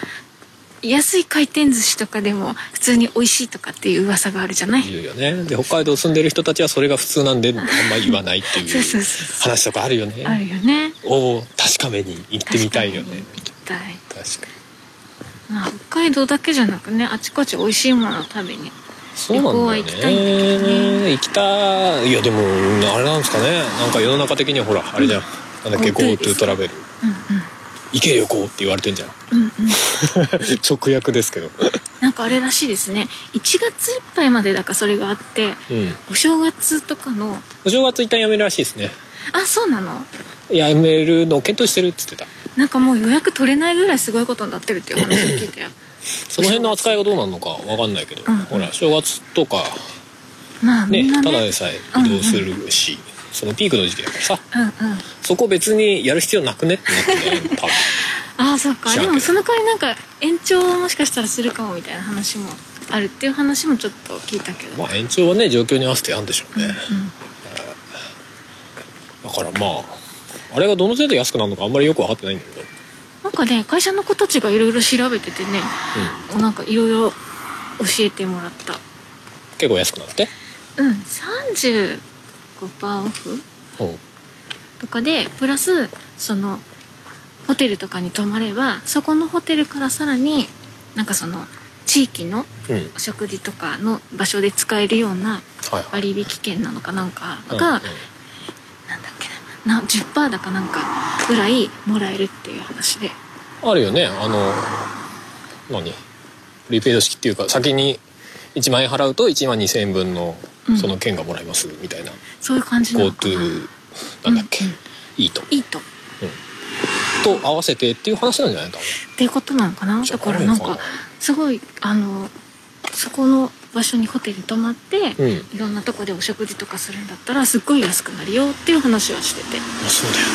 Speaker 2: 安い回転寿司とかでも普通に美味しいとかっていう噂があるじゃない
Speaker 3: 言うよねで北海道住んでる人たちはそれが普通なんであんま言わないってい
Speaker 2: そう
Speaker 3: う
Speaker 2: そうそうそ
Speaker 3: 話とかあるよ
Speaker 2: あ
Speaker 3: ね
Speaker 2: るよね
Speaker 3: を確かめに行ってみたいよね
Speaker 2: 確かに行きたい
Speaker 3: 確かに
Speaker 2: まあ北海道だけじゃなくねあちこち美味しいものを食べに
Speaker 3: そうなんだよね
Speaker 2: 旅行は行きたいんだけど
Speaker 3: 行きたいいやでもあれなんですかねなんか世の中的にはほらあれじゃん、なんだっけ
Speaker 2: GoTo で
Speaker 3: GoTo
Speaker 2: す
Speaker 3: トラベル行け旅行って言われてんじゃん
Speaker 2: うん うん
Speaker 3: 直訳ですけど
Speaker 2: なんかあれらしいですね1月いっぱいまでだからそれがあって
Speaker 3: うん
Speaker 2: お正月とかの
Speaker 3: お正月一旦やめるらしいですね
Speaker 2: あそうなの
Speaker 3: やめるのを検討してるっつってた
Speaker 2: なんかもう予約取れないぐらいすごいことになってるっていう話を聞いたよ
Speaker 3: その辺の扱いがどうなるのかわかんないけど、
Speaker 2: うん
Speaker 3: ほら正月とか
Speaker 2: まあみ
Speaker 3: ね
Speaker 2: んな
Speaker 3: ただ
Speaker 2: ね
Speaker 3: でさえ移動するし、そのピークの時期だからさ
Speaker 2: うんうん
Speaker 3: そこ別にやる必要なくねってなってね多分
Speaker 2: ああそっか
Speaker 3: 知らんけど
Speaker 2: でもその代わりなんか延長もしかしたらするかもみたいな話もあるっていう話もちょっと聞いたけど、
Speaker 3: まあ延長はね状況に合わせてやんでしょうね、
Speaker 2: うん
Speaker 3: だからまああれがどの程度安くなるのかあんまりよく分かってないんだけど、
Speaker 2: なんかね会社の子たちがいろいろ調べててねなんかいろいろ教えてもらった
Speaker 3: 結構安くなって
Speaker 2: うん35%オフ
Speaker 3: うん
Speaker 2: とかでプラスそのホテルとかに泊まればそこのホテルからさらになんかその地域の
Speaker 3: うん
Speaker 2: お食事とかの場所で使えるような
Speaker 3: はいはい
Speaker 2: 割引券なのかなんかが、
Speaker 3: うんうん
Speaker 2: なんだっけなな10%だかなんかぐらいもらえるっていう話で
Speaker 3: あるよねあの何プリペイド式っていうか先に1万円払うと1万2000円分の
Speaker 2: うん
Speaker 3: その券がもらえますみたいな、
Speaker 2: そういう感じなのかな
Speaker 3: GoTo なんだっけ、
Speaker 2: うんうん
Speaker 3: いいと
Speaker 2: いいとっ
Speaker 3: と合わせてっていう話なんじゃない多分
Speaker 2: ていうことなのかな
Speaker 3: じゃ
Speaker 2: だ
Speaker 3: あ
Speaker 2: からなん
Speaker 3: あるの
Speaker 2: か
Speaker 3: か
Speaker 2: すごいあのそこの場所にホテルに泊まって、
Speaker 3: うん
Speaker 2: いろんなとこでお食事とかするんだったらすっごい安くなるよっていう話はしてて
Speaker 3: まあそうだよ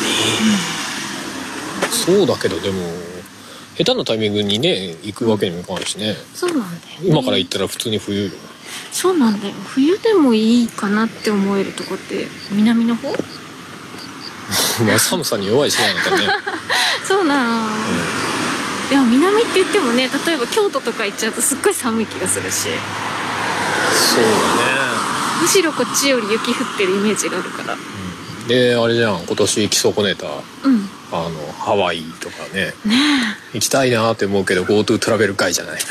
Speaker 3: ね、そうだけどでも下手なタイミングにね行くわけにもいかないしね
Speaker 2: そうなんだよ、ね、
Speaker 3: 今から行ったら普通に冬よ
Speaker 2: そうなんだよ冬でもいいかなって思えるとこって南の方
Speaker 3: まあ寒さに弱いしないの かね
Speaker 2: そうなの、でも南って言ってもね例えば京都とか行っちゃうとすっごい寒い気がするし
Speaker 3: そうだ
Speaker 2: むしろこっちより雪降ってるイメージがあるから
Speaker 3: ねであれじゃん今年基礎こねた
Speaker 2: うんね
Speaker 3: あのハワイとかね
Speaker 2: え
Speaker 3: 行きたいなって思うけど GoTo トラベル外じ ゃない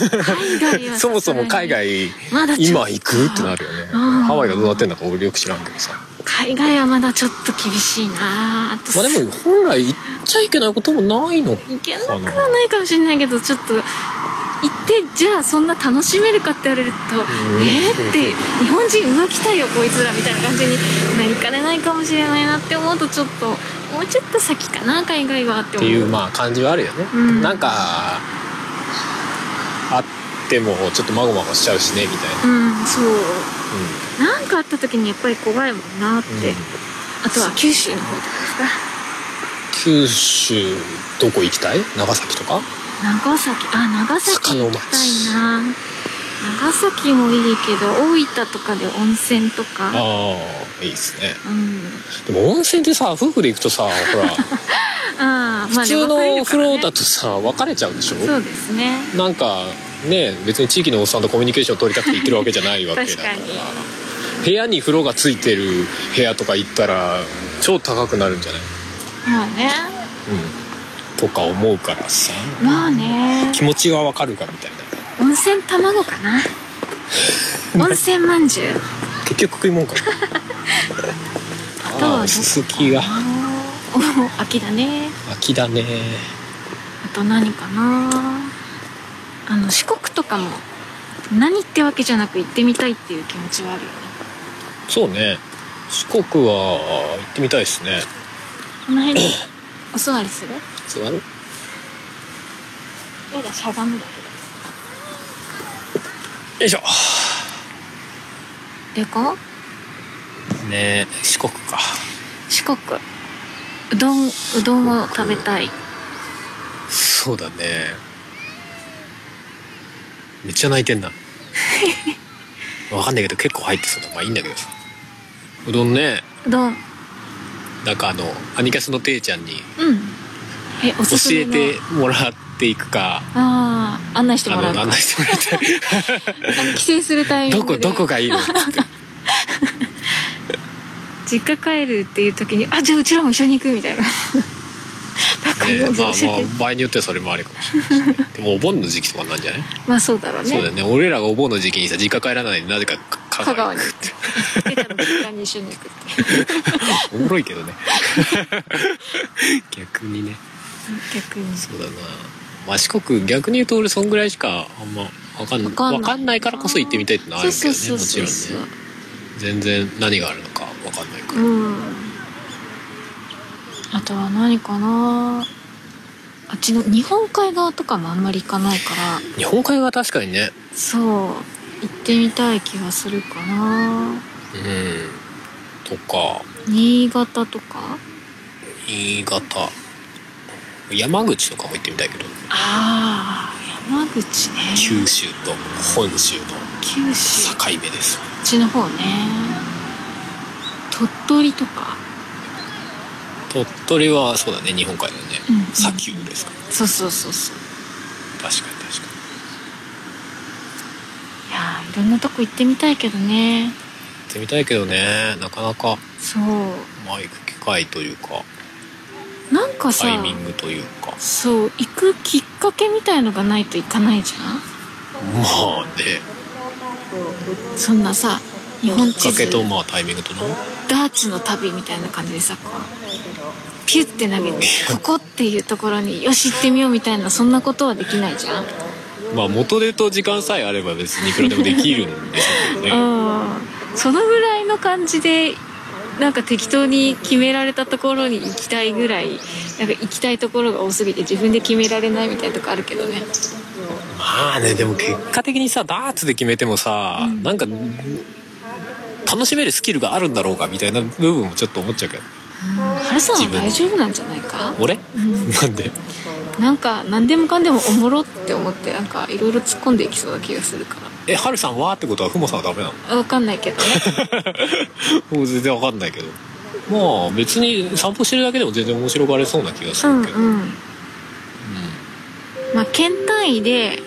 Speaker 2: 海外 は
Speaker 3: そもそも海外
Speaker 2: さすがにまだちょ
Speaker 3: 今行くってなるよね
Speaker 2: うん
Speaker 3: ハワイがどうなってんだか俺よく知らんけどさ
Speaker 2: 海外はまだちょっと厳しいなあと
Speaker 3: まあでも本来行っちゃいけないこともないの
Speaker 2: 行けなくはないかもしれないけどちょっと行ってじゃあそんな楽しめるかって言われると
Speaker 3: ん
Speaker 2: えー、って日本人浮気たよこいつらみたいな感じになりかねないかもしれないなって思うとちょっともうちょっと先かな海外はって
Speaker 3: っ
Speaker 2: 思
Speaker 3: て
Speaker 2: う
Speaker 3: いうまあ感じはあるよね、
Speaker 2: うん
Speaker 3: なんかあってもちょっとまごまごしちゃうしねみたいな、
Speaker 2: うんそう
Speaker 3: うん
Speaker 2: なんかあった時にやっぱり怖いもんなって、
Speaker 3: うん
Speaker 2: あとは九州の方とかですか
Speaker 3: 九州どこ行きたい長崎とか
Speaker 2: 長崎あ長崎行きたいな長崎もいいけど大分とかで温泉と
Speaker 3: あ
Speaker 2: か
Speaker 3: あいいですね
Speaker 2: うん
Speaker 3: でも温泉ってさ夫婦で行くとさほら
Speaker 2: あーまあ
Speaker 3: 普通のお風呂だ
Speaker 2: と
Speaker 3: とさ別れちゃうでしょ
Speaker 2: そうですね
Speaker 3: なんかね別に地域のおっさんとコミュニケーションを取りたくて行ってるわけじゃないわけだから
Speaker 2: 確か
Speaker 3: 部屋に風呂がついてる部屋とか行ったら超高くなるんじゃない、
Speaker 2: まあね
Speaker 3: うん、とか思うからさ
Speaker 2: まあね
Speaker 3: 気持ちはわかるかみたいな
Speaker 2: 温泉卵か な温泉まんじゅう
Speaker 3: 結局食い もんか
Speaker 2: とはどこ
Speaker 3: ああすすきが
Speaker 2: おー秋だね
Speaker 3: 秋だね
Speaker 2: あと何かなあの四国とかも何ってわけじゃなく行ってみたいっていう気持ちはあるよね
Speaker 3: そうね四国は行ってみたいですね
Speaker 2: この辺にお座りする
Speaker 3: 座る
Speaker 2: やだしゃがむだ
Speaker 3: よいしょ
Speaker 2: け旅行
Speaker 3: ね四国か
Speaker 2: 四国うどんうどんを食べたい
Speaker 3: そうだねめっちゃ泣いて んなわかんないけど結構入ってそうだまあいいんだけどさうどんね
Speaker 2: うどん
Speaker 3: なんかあのアニキャスのていちゃんに
Speaker 2: うんえお
Speaker 3: 教
Speaker 2: すすめ
Speaker 3: え
Speaker 2: の
Speaker 3: てもらっていくか
Speaker 2: ああ案内して
Speaker 3: あ
Speaker 2: もらう
Speaker 3: の
Speaker 2: かあ
Speaker 3: 案
Speaker 2: の
Speaker 3: 内してもらって
Speaker 2: 帰省するタイミン
Speaker 3: ど
Speaker 2: グ
Speaker 3: こ
Speaker 2: で
Speaker 3: どこがいいの
Speaker 2: 実家帰るっていう時にあじゃあうちらも一緒に行くみ たいなだから
Speaker 3: ね
Speaker 2: もう
Speaker 3: まあ
Speaker 2: 教えて
Speaker 3: まあ場合によってはそれもありかもしれないしねでもお盆の時期とかなんじゃない、
Speaker 2: まあそうだろうね
Speaker 3: そうだよね俺らがお盆の時期にさ実家帰らないでなぜか香
Speaker 2: 香
Speaker 3: 川
Speaker 2: 川
Speaker 3: に
Speaker 2: に行くって出たの実家に一緒に行くって
Speaker 3: おもろいけどね 逆にね
Speaker 2: 逆に
Speaker 3: そうだなまあ四国逆に言うと俺そんぐらいしかあんまわかんない
Speaker 2: わかんな
Speaker 3: わ
Speaker 2: い
Speaker 3: かんないからこそ行ってみたいってのはあるけどねも
Speaker 2: そうそう
Speaker 3: ち
Speaker 2: そう
Speaker 3: ろん
Speaker 2: そう
Speaker 3: ね全然何があるのかわかんないから、
Speaker 2: うんあとは何かなあっちの日本海側とかもあんまり行かないから
Speaker 3: 日本海側確かにね
Speaker 2: そう行ってみたい気がするかな
Speaker 3: うんとか
Speaker 2: 新潟とか
Speaker 3: 新潟山口とかも行ってみたいけど
Speaker 2: ああ山口ね
Speaker 3: 九州と本州の
Speaker 2: 九州こ
Speaker 3: 境目です
Speaker 2: っちの方ね鳥取とか
Speaker 3: 鳥取はそうだね日本海だよね
Speaker 2: うんうん
Speaker 3: 砂丘ですか
Speaker 2: そうそうそうそう
Speaker 3: 確かに確かに
Speaker 2: いやーいろんなとこ行ってみたいけどね
Speaker 3: 行ってみたいけどねなかなか
Speaker 2: そう
Speaker 3: まあ行く機会というか
Speaker 2: なんかさ
Speaker 3: タイミングというか
Speaker 2: そう行くきっかけみたいのがないと行かないじゃ
Speaker 3: まあね
Speaker 2: んそんなさ日本
Speaker 3: きっ
Speaker 2: 地
Speaker 3: かけ
Speaker 2: 図
Speaker 3: とまあタイミングとな
Speaker 2: ダーツの旅みたいな感じでさこうピュッて投げてここっていうところによし行ってみようみたいなそんなことはできないじゃん
Speaker 3: まあ元手と時間さえあれば別にいくらでもできるんでしょうけどね
Speaker 2: うんそのぐらいの感じでなんか適当に決められたところに行きたいぐらいなんか行きたいところが多すぎて自分で決められないみたいなとこあるけどね
Speaker 3: まあねでも結果的にさダーツで決めてもさ、なんか楽しめるスキルがあるんだろうかみたいな部分もちょっと思っちゃうけど
Speaker 2: 春さんは大丈夫なんじゃないか
Speaker 3: 俺、なんで
Speaker 2: なんか何でもかんでもおもろって思ってなんかいろいろ突っ込んでいきそうな気がするか
Speaker 3: えハルさんはってことはフモさんはダメなの
Speaker 2: らわかんないけどね
Speaker 3: もう全然わかんないけどまあ別に散歩してるだけでも全然面白がれそうな気がす
Speaker 2: う
Speaker 3: る
Speaker 2: ん
Speaker 3: けど、
Speaker 2: うんまあ県単位で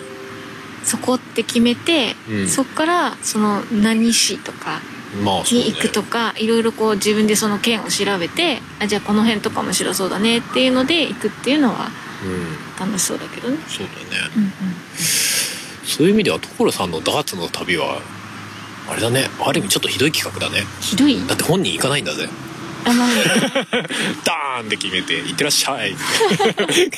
Speaker 2: そこって決めて、
Speaker 3: うん
Speaker 2: そっからその何市とか
Speaker 3: まあそう、ね、
Speaker 2: に行くとかいろいろこう自分でその県を調べてあじゃあこの辺とか面白そうだねっていうので行くっていうのは
Speaker 3: うん
Speaker 2: 楽しそうだけどね
Speaker 3: そうだよね、
Speaker 2: うんうん
Speaker 3: そういう意味では所さんのダーツの旅はあれだねある意味ちょっとひどい企画だね
Speaker 2: ひどい
Speaker 3: だって本人行かないんだぜ
Speaker 2: あまあ
Speaker 3: ダーンって決めて「行ってらっしゃい」 っ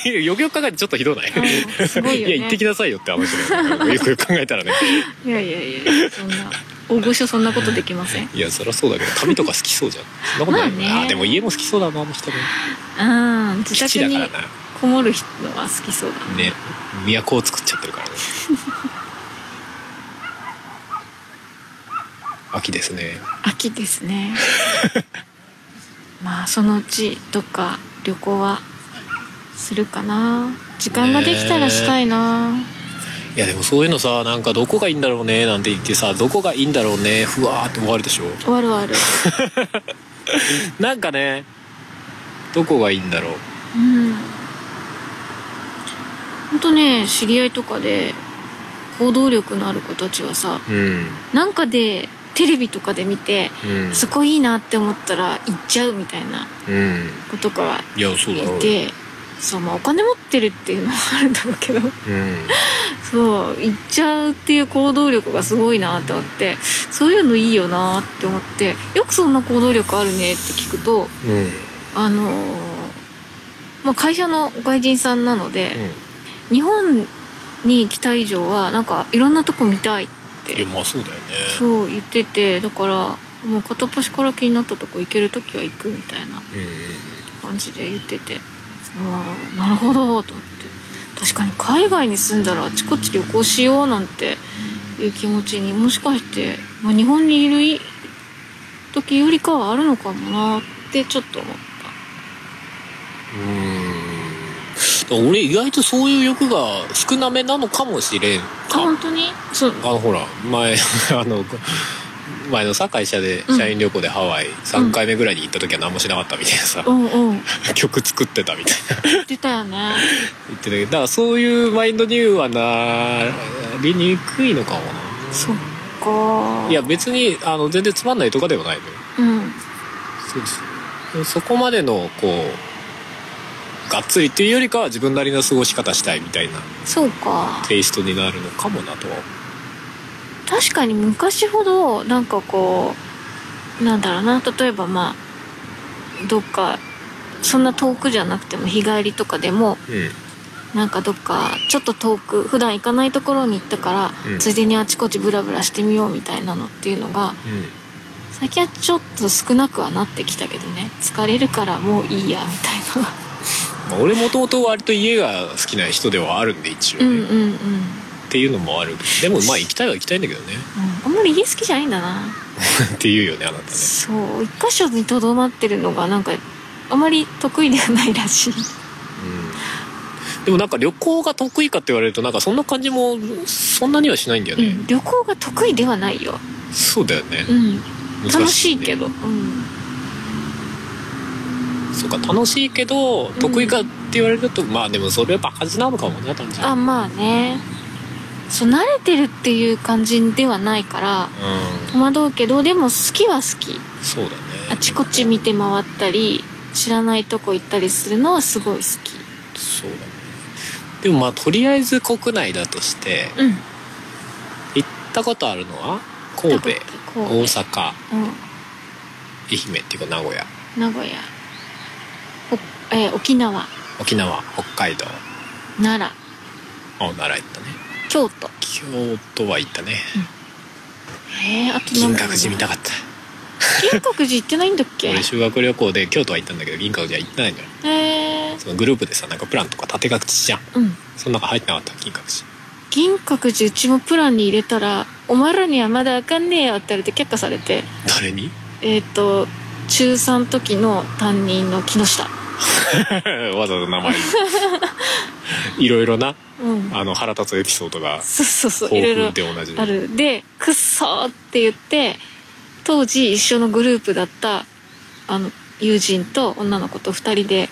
Speaker 3: てよくよく考えてちょっとひどない
Speaker 2: うんすごいよね
Speaker 3: や行ってきなさいよって話だ よねよくよく考えたらね
Speaker 2: いやいやいやそんな大御所そんなことできません
Speaker 3: いやそりゃそうだけど旅とか好きそうじゃんそんなことないよね
Speaker 2: まあね
Speaker 3: あでも家も好きそうだなあの人も
Speaker 2: うん自
Speaker 3: 基地
Speaker 2: 宅
Speaker 3: だか
Speaker 2: に
Speaker 3: らな
Speaker 2: こもる人は好きそうだ
Speaker 3: ね都を作っちゃってる からね秋ですね
Speaker 2: 秋ですね まあそのうちどっか旅行はするかな時間ができたらしたいな、
Speaker 3: いやでもそういうのさなんかどこがいいんだろうねなんて言ってさどこがいいんだろうねふわーって終わるでしょ
Speaker 2: 終わる終わる
Speaker 3: なんかねどこがいいんだろう
Speaker 2: うん本当ね知り合いとかで行動力のある子たちはさ
Speaker 3: うん
Speaker 2: なんかでテレビとかで見て、
Speaker 3: うん
Speaker 2: そこいいなって思ったら行っちゃうみたいな
Speaker 3: うん
Speaker 2: 子とかはい
Speaker 3: やそうだろう
Speaker 2: いてそうまあお金持ってるっていうのもあるんだろうけど
Speaker 3: うん
Speaker 2: そう行っちゃうっていう行動力がすごいなと思ってそういうのいいよなって思ってよくそんな行動力あるねって聞くと
Speaker 3: うん
Speaker 2: あのーまあ、会社の外人さんなので、日本に来た以上はなんかいろんなとこ見たいっ
Speaker 3: いや
Speaker 2: て
Speaker 3: まあそうだよね
Speaker 2: そう言っててだからもう片っ端から気になったとこ行ける時は行くみたいな
Speaker 3: うん
Speaker 2: 感じで言っててああなるほどと思って確かに海外に住んだらあちこち旅行しようなんていう気持ちにもしかして、まあ、日本にいる時よりかはあるのかもなってちょっと思った。
Speaker 3: うんうん俺意外とそういう欲が少なめなのかもしれん
Speaker 2: あ
Speaker 3: か
Speaker 2: 本当にそう
Speaker 3: あのほら前 あの前のさ会社で
Speaker 2: うん
Speaker 3: 社員旅行でハワイ3回目ぐらいに行った時は何もしなかったみたいなさ、
Speaker 2: うんうん
Speaker 3: 曲作ってたみたいな
Speaker 2: 言ってたよね
Speaker 3: 言ってたけどだからそういうマインドにはなりにくいのかもな
Speaker 2: そっか
Speaker 3: いや別にあの全然つまんないとかではないのよ
Speaker 2: うん
Speaker 3: そうですそこまでのこうがっつりっていうよりかは自分なりの過ごし方したいみたいな
Speaker 2: そうか
Speaker 3: テイストになるのかもなとは
Speaker 2: 確かに昔ほどなんかこうなんだろうな例えばまあどっかそんな遠くじゃなくても日帰りとかでも
Speaker 3: う
Speaker 2: なんかどっかちょっと遠く普段行かないところに行ったから、
Speaker 3: うん
Speaker 2: ついでにあちこちブラブラしてみようみたいなのっていうのが
Speaker 3: んうん
Speaker 2: 最近はちょっと少なくはなってきたけどね疲れるからもういいやみたいな
Speaker 3: まあ、俺もともと割と家が好きな人ではあるんで一応
Speaker 2: う
Speaker 3: ね、
Speaker 2: んうんうん、うん、
Speaker 3: っていうのもあるでもまあ行きたいは行きたいんだけ どね
Speaker 2: あんまり家好きじゃないんだな
Speaker 3: っていうよねあなたね
Speaker 2: そう一箇所にとどまってるのがなんかあまり得意ではないらしい
Speaker 3: うんでもなんか旅行が得意かって言われるとなんかそんな感じもそんなにはしないんだよね、
Speaker 2: うん、旅行が得意ではないよ、
Speaker 3: そうだよね
Speaker 2: う、ん、
Speaker 3: 難
Speaker 2: 楽
Speaker 3: し
Speaker 2: し
Speaker 3: い
Speaker 2: い
Speaker 3: ね
Speaker 2: けど、うん、
Speaker 3: そうか楽しいけど得意かって言われると、まあでもそれはバカ字なのかもね単純に
Speaker 2: あまあねそう慣れてるっていう感じではないから
Speaker 3: う
Speaker 2: 戸惑うけどでも好きは好き
Speaker 3: んそうだね
Speaker 2: あちこち見て回ったり知らないとこ行ったりするのはすごい好
Speaker 3: そうだねでもまあとりあえず国内だとして
Speaker 2: きうん
Speaker 3: 行ったことあるのは神戸
Speaker 2: 神戸
Speaker 3: 大阪
Speaker 2: う
Speaker 3: 愛媛っていうか名古屋
Speaker 2: ん名古屋ほえー沖縄
Speaker 3: 沖縄北海道
Speaker 2: 奈良
Speaker 3: あ奈良行ったね
Speaker 2: 京都
Speaker 3: 京都は行ったね
Speaker 2: えー、あと
Speaker 3: 銀
Speaker 2: 何だろうな
Speaker 3: 閣寺見たかった
Speaker 2: 金閣寺行ってないんだっけ
Speaker 3: 俺修学旅行で京都は行ったんだけど銀閣寺は行ってないのよ
Speaker 2: えー、
Speaker 3: そのグループでさなんかプランとか縦書きじゃん
Speaker 2: うん
Speaker 3: その中入ってなかった銀閣
Speaker 2: 銀閣寺うちもプランに入れたら「お前らにはまだあかんねえよ」って言われて却下されて
Speaker 3: 寺誰に
Speaker 2: えっ、ー、と中3時の担任の木下
Speaker 3: わざわざ名前 にいろいろな
Speaker 2: うん
Speaker 3: あの腹立つエピソードが
Speaker 2: そうそうそういろい
Speaker 3: 豊
Speaker 2: ろ
Speaker 3: 富で同じ
Speaker 2: あるで「くっそ!」って言って当時一緒のグループだったあの友人と女の子と2人で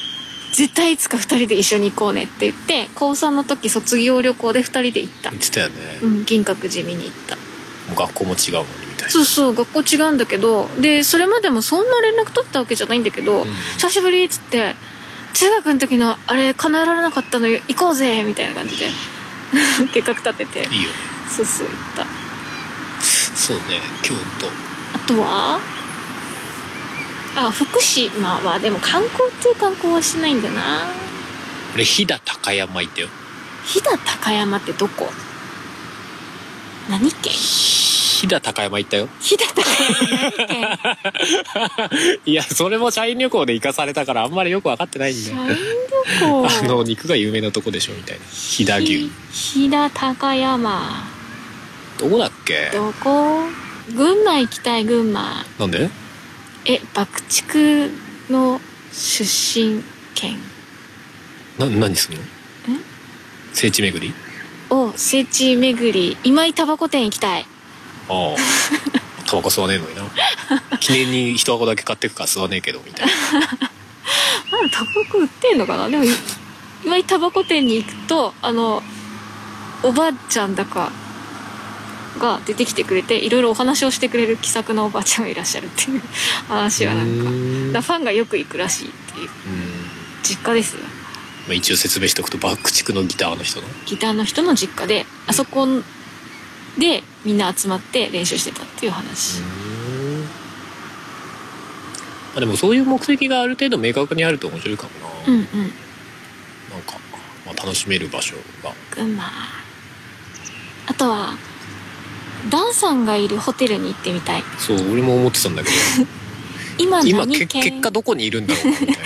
Speaker 2: 「絶対いつか2人で一緒に行こうね」って言って高3の時卒業旅行で2人で行った
Speaker 3: 言ってたよね、
Speaker 2: うん銀閣寺見に行った
Speaker 3: もう学校も違うのにみたいな
Speaker 2: そうそう学校違うんだけどでそれまでもそんな連絡取ったわけじゃないんだけど、
Speaker 3: ん
Speaker 2: 久しぶりっつって中学の時のあれ叶えられなかったのよ行こうぜみたいな感じで 計画立てて
Speaker 3: いいよね
Speaker 2: そうそう行ったあ
Speaker 3: そうね京都
Speaker 2: とはあ福島はでも観光っていう観光はしないんだな
Speaker 3: 俺飛騨高山行ったよ
Speaker 2: 飛騨高山ってどこ何県
Speaker 3: 飛騨高山行ったよ
Speaker 2: 飛騨高山何県
Speaker 3: いやそれも社員旅行で行かされたからあんまりよく分かってないんだ
Speaker 2: 社
Speaker 3: よ
Speaker 2: 員旅行
Speaker 3: あの肉が有名なとこでしょみたいな飛騨
Speaker 2: ひ
Speaker 3: 牛
Speaker 2: 飛騨高山
Speaker 3: どこだっけ
Speaker 2: どこ群馬行きたい群馬
Speaker 3: なんで
Speaker 2: え爆竹の出身県
Speaker 3: な何するの聖地巡り
Speaker 2: を聖地巡り今井タバコ店行きたい
Speaker 3: ああタバコ吸わねえのにな記念に一箱だけ買ってくから吸わねえけどみたいな
Speaker 2: まだタバコ売ってんのかなでも今井タバコ店に行くとあのおばあちゃんだかが出てきてくれていろいろお話をしてくれる気さくなおばあちゃんがいらっしゃるっていう話はなんか
Speaker 3: う
Speaker 2: だ
Speaker 3: ーん
Speaker 2: からファンがよく行くらしいってい
Speaker 3: う
Speaker 2: う
Speaker 3: ん
Speaker 2: 実家ですよ
Speaker 3: まあ、一応説明しておくと爆竹のギターの人の
Speaker 2: ギターの人の実家であそこでみんな集まって練習してたっていう話、
Speaker 3: まあ、でもそういう目的がある程度明確にあると面白いかもな、
Speaker 2: うん、う
Speaker 3: なん
Speaker 2: ん
Speaker 3: か、まあ、楽しめる場所が
Speaker 2: 群馬あとはダンさんがいるホテルに行ってみたい
Speaker 3: そう俺も思ってたんだけど
Speaker 2: 今
Speaker 3: 今
Speaker 2: 何
Speaker 3: け
Speaker 2: 県
Speaker 3: 結果どこにいるんだろうなみた いな
Speaker 2: い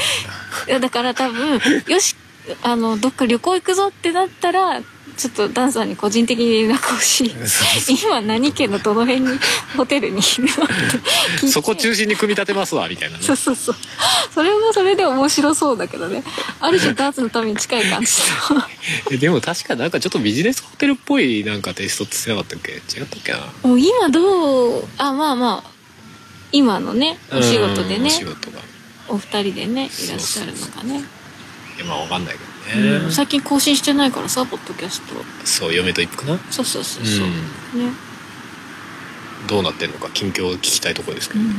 Speaker 2: やだから 多分よしあのどっか旅行行くぞってなったらちょっとダンさんに個人的に連絡を し
Speaker 3: そう
Speaker 2: 今何県のどの辺にホテルにいるのって聞いて
Speaker 3: そこ中心に組み立てますわみたいなね
Speaker 2: そうそうそう それもそれで面白そうだけどねある種ダンスのために近い感じの
Speaker 3: えでも確かなんかちょっとビジネスホテルっぽいなんかテイストってしてなかったっけ違ったっけな
Speaker 2: もう今どうあまあまあ今のねお仕事で
Speaker 3: うんお
Speaker 2: ね
Speaker 3: 仕事がい
Speaker 2: お二人でねいらっしゃるのがね
Speaker 3: やまあわかんないけどね、
Speaker 2: うん最近更新してないからさポッドキャスト
Speaker 3: そう嫁と一服な
Speaker 2: そうそうそうそう、ね
Speaker 3: どうなってんのか近況を聞きたいところですけど、ね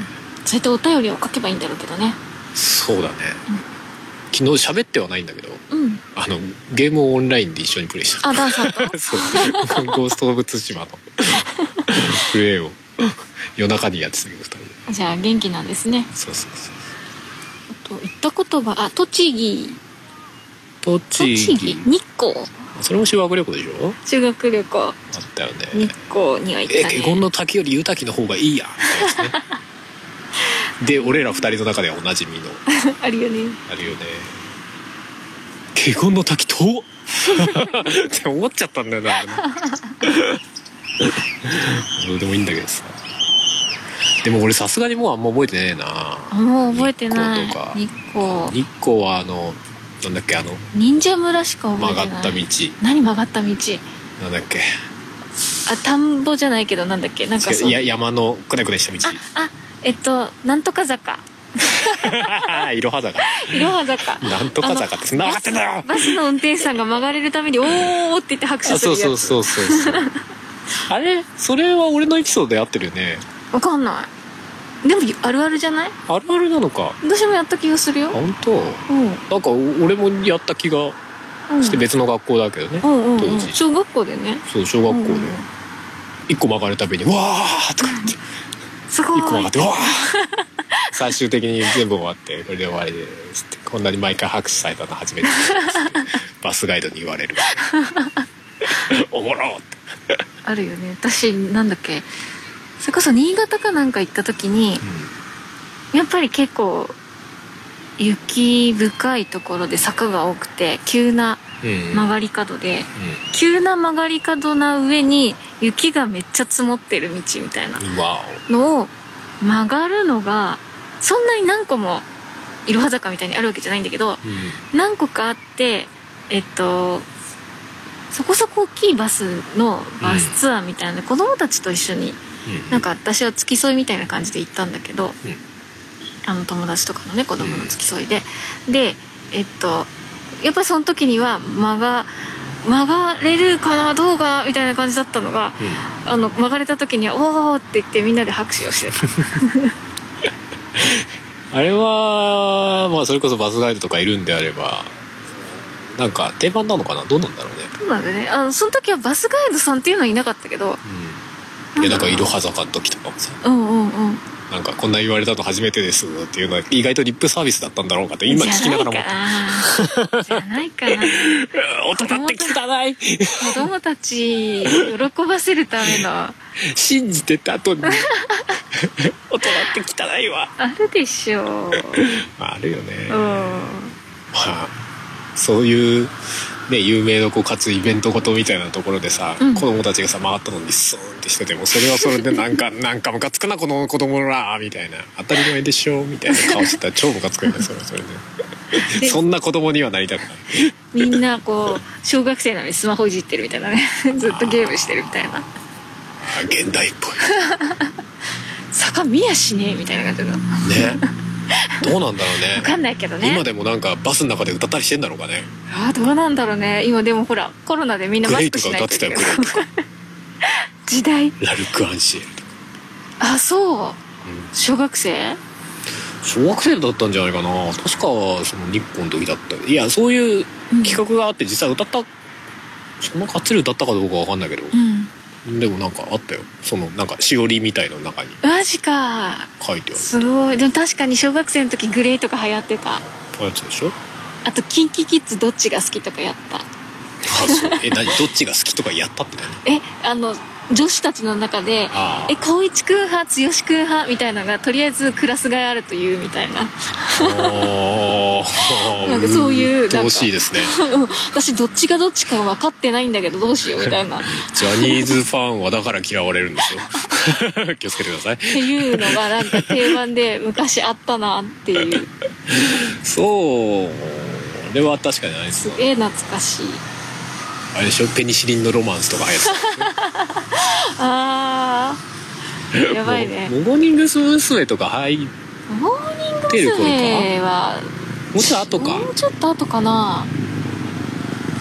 Speaker 2: そうやってお便りを書けばいいんだろうけどね
Speaker 3: そうだね、昨日喋ってはないんだけど
Speaker 2: うん
Speaker 3: あのゲームをオンラインで一緒にプレイした
Speaker 2: あダンさ んと
Speaker 3: そう ゴースト・オブ・ツシマのプレイを夜中にやってたけど2人で
Speaker 2: じゃあ元気なんですね
Speaker 3: そうそうそう
Speaker 2: あと行ったことがあ栃木
Speaker 3: 栃木
Speaker 2: 栃木日光
Speaker 3: それも修学旅行でしょ
Speaker 2: 修学旅行
Speaker 3: あったよね
Speaker 2: 日光には行っ
Speaker 3: え
Speaker 2: たね
Speaker 3: 華厳の滝より湯滝の方がいいやみたいなやつねで俺ら二人の中ではおなじみの
Speaker 2: あるよね
Speaker 3: あるよね華厳の滝遠っ って思っちゃったんだよなあれね どうでもいいんだけどさでも俺さすがにもうあんま覚えてねえな
Speaker 2: もう覚えてな
Speaker 3: 日光
Speaker 2: い
Speaker 3: とか
Speaker 2: 日光
Speaker 3: 日光はあのなんだっけあの
Speaker 2: 忍者村しか覚え
Speaker 3: 曲
Speaker 2: て
Speaker 3: がっ
Speaker 2: ない
Speaker 3: た道
Speaker 2: 何曲がった道
Speaker 3: なんだっけ
Speaker 2: あ田んぼじゃないけどなんだっけなんかそう
Speaker 3: いや山のくねくねした道
Speaker 2: ああえっとなんとか坂
Speaker 3: いろは坂
Speaker 2: いろは 坂
Speaker 3: なんとか坂って繋がってんだよ
Speaker 2: バスの運転手さんが曲がれるために「おー!」って言って拍手
Speaker 3: あ
Speaker 2: す
Speaker 3: そ
Speaker 2: る
Speaker 3: う
Speaker 2: やつ
Speaker 3: そうそうそうそう あれそれは俺のエピソードで合ってるよね
Speaker 2: わかんないでもあるあるじゃない
Speaker 3: あるあるなのか
Speaker 2: 私もやった気がする
Speaker 3: あ
Speaker 2: よ
Speaker 3: 本当
Speaker 2: うんうん
Speaker 3: なんか俺もやった気がして別の学校だけどね、
Speaker 2: うんうんう
Speaker 3: 当
Speaker 2: ん
Speaker 3: 時
Speaker 2: 小学校でね
Speaker 3: そう小学校で
Speaker 2: うん
Speaker 3: 一個曲がるたびに「わー!」とか言って
Speaker 2: すご
Speaker 3: 一
Speaker 2: い
Speaker 3: 個曲がって「わー!」 最終的に全部終わってこれで終わりですってこんなに毎回拍手されたの 初めてですってバスガイドに言われるおもろって
Speaker 2: あるよね私なんだっけそれこそ新潟かなんか行った時にやっぱり結構雪深いところで坂が多くて急な
Speaker 3: うん、うん
Speaker 2: 曲がり角で
Speaker 3: う、
Speaker 2: 急な曲がり角な上に雪がめっちゃ積もってる道みたいなん
Speaker 3: わ
Speaker 2: のを曲がるのがそんなに何個もいろは坂みたいにあるわけじゃないんだけ
Speaker 3: お、
Speaker 2: ど
Speaker 3: うん
Speaker 2: 何個かあってえっとそこそこ大きいバスのバスツアーみたいなので、子供たちと一緒に
Speaker 3: うん
Speaker 2: なんか私は付き添いみたいな感じで行ったんだけど、
Speaker 3: ん
Speaker 2: あの友達とかのね子供の付き添いで、でえっとやっぱりその時には曲が曲がれるかなどうかみたいな感じだったのが、あの曲がれた時には「おー!」って言ってみんなで拍手 をしてた
Speaker 3: あれはまあそれこそバスガイドとかいるんであればなんか定番なのかなどうなんだろうね、
Speaker 2: そうなんだねあのその時はバスガイドさんっていうのはいなかったけど
Speaker 3: うん、いやなんかいろは坂の時とかもさ
Speaker 2: うんうんうん
Speaker 3: なんかこんな言われたの初めてですっていうのは意外とリップサービスだったんだろうかって今聞きながらも
Speaker 2: じゃないかなじゃないかな
Speaker 3: 大人って汚い
Speaker 2: 子供たち喜ばせるための
Speaker 3: 信じてた後に 大人って汚いわ
Speaker 2: あるでしょう
Speaker 3: まああるよね、
Speaker 2: う
Speaker 3: ま
Speaker 2: ん
Speaker 3: あそういうね有名のこうかつイベントごとみたいなところでさ、
Speaker 2: うん
Speaker 3: 子供たちがさ回ったのにスーンってしててもそれはそれでなん かなんかムカつくなこの子供らみたいな当たり前でしょみたいな顔してたら超ムカつくよねそれはそれで
Speaker 2: で
Speaker 3: そんな子供にはなりたくない
Speaker 2: みんなこう小学生なのにスマホいじってるみた いなねずっとゲームしてるみたいな
Speaker 3: あ現代っぽ
Speaker 2: 坂見やしねえみたいな感じのわ
Speaker 3: いね どうなんだろうね
Speaker 2: かんないけどね
Speaker 3: 今でもなんかバスの中で歌ったりしてんだろうかね
Speaker 2: あーどうなんだろうね今でもほらコロナでみんな
Speaker 3: グ
Speaker 2: マ
Speaker 3: レ
Speaker 2: ス
Speaker 3: イ
Speaker 2: ク
Speaker 3: とか
Speaker 2: しな
Speaker 3: 歌っ
Speaker 2: い
Speaker 3: て
Speaker 2: とい
Speaker 3: た
Speaker 2: け
Speaker 3: よグ
Speaker 2: ない
Speaker 3: レイとか
Speaker 2: 時代
Speaker 3: ラルク・アンシエルとか、
Speaker 2: あそう
Speaker 3: う
Speaker 2: 小学生
Speaker 3: ん小学生だったんじゃないかな確かその日本の時だったいやそういう企画があって実際歌った、そんながっつり歌ったかどうかわかんないけど、
Speaker 2: うん
Speaker 3: でもなんかあったよそのなんかしおりみたいの中に
Speaker 2: マジか
Speaker 3: 書いてある
Speaker 2: すごいでも確かに小学生の時グレーとか流行ってた
Speaker 3: やつでしょ
Speaker 2: あとキンキキッズどっちが好きとかやった
Speaker 3: あそう え何どっちが好きとかやったって何
Speaker 2: えあの女子たちの中で
Speaker 3: あ
Speaker 2: え光一君派剛君派みたいなのがとりあえずクラス替えあるというみたいな
Speaker 3: ああ
Speaker 2: なんかそういうなんか
Speaker 3: 楽しいですね
Speaker 2: うん私どっちがどっちか分かってないんだけどどうしようみたいなっ
Speaker 3: ジャニーズファンはだから嫌われるんです よ気をつけてください
Speaker 2: ていうのがなんか定番で昔あったなっていう
Speaker 3: そうあれは確かにあれです
Speaker 2: す
Speaker 3: よ
Speaker 2: げえ懐かしい
Speaker 3: あれでしょペニシリンのロマンスとか流行っ
Speaker 2: あー
Speaker 3: てた
Speaker 2: やばいね
Speaker 3: もうモーニング娘。とか入っ
Speaker 2: モーニング
Speaker 3: 出る頃か
Speaker 2: 娘は
Speaker 3: もうちょい後か
Speaker 2: もうちょっと後かな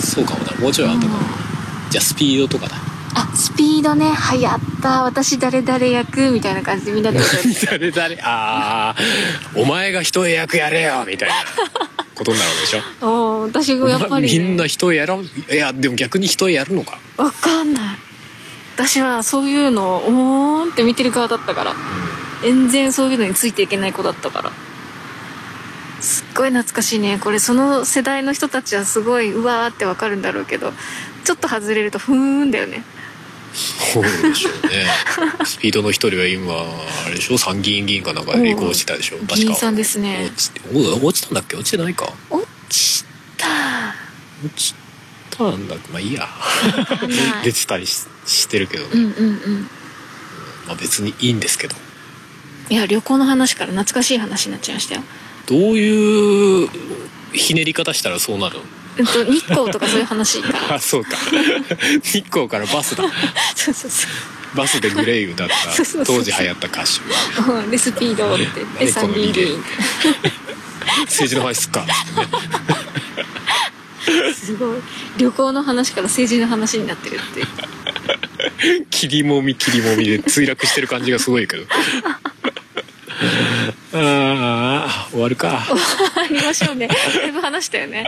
Speaker 3: そうかもなもうちょい後か
Speaker 2: うん
Speaker 3: じゃあスピードとかだ
Speaker 2: あスピードね流行った私誰々役みたいな感じでみんな で踊る
Speaker 3: 誰誰ああお前が一重役やれよみたいなことになるわけでし ょ
Speaker 2: おー私もやっぱり、ね、
Speaker 3: みんな人やろいやでも逆に人やるのか
Speaker 2: わかんない私はそういうのをおーんって見てる側だったから全然そういうのについていけない子だったからすっごい懐かしいねこれその世代の人たちはすごいうわーってわかるんだろうけどちょっと外れるとふーんだよね
Speaker 3: そうでしょうね スピードの一人は今あれでしょ参議院議員かなんかで離婚してたでしょ確か
Speaker 2: 議員さんですね
Speaker 3: 落ちてお落ちたんだっけ落ちてないか
Speaker 2: 落ちた
Speaker 3: 落ちたんだっけまあいいや
Speaker 2: わかんな
Speaker 3: 出
Speaker 2: い
Speaker 3: てたりししてるけど、
Speaker 2: うんうんうん
Speaker 3: まあ、別にいいんですけど
Speaker 2: いや旅行の話から懐かしい話になっちゃいましたよ
Speaker 3: どういうひねり方したらそうなるの
Speaker 2: うんと日光とかそういう話から
Speaker 3: あそうか日光からバスだ
Speaker 2: そうそうそう
Speaker 3: バスでグレイ歌った
Speaker 2: そうそうそう
Speaker 3: 当時流行った歌手
Speaker 2: うん でスピードって言っ
Speaker 3: 何
Speaker 2: て
Speaker 3: こ
Speaker 2: 参
Speaker 3: の
Speaker 2: 議
Speaker 3: リ
Speaker 2: 院議
Speaker 3: レー
Speaker 2: 員
Speaker 3: 政治の話すっか
Speaker 2: すごい旅行の話から政治の話になってるっていう
Speaker 3: 切りもみ切りもみで墜落してる感じがすごいけどああ終わるか
Speaker 2: ありましょうねだいぶ話したよね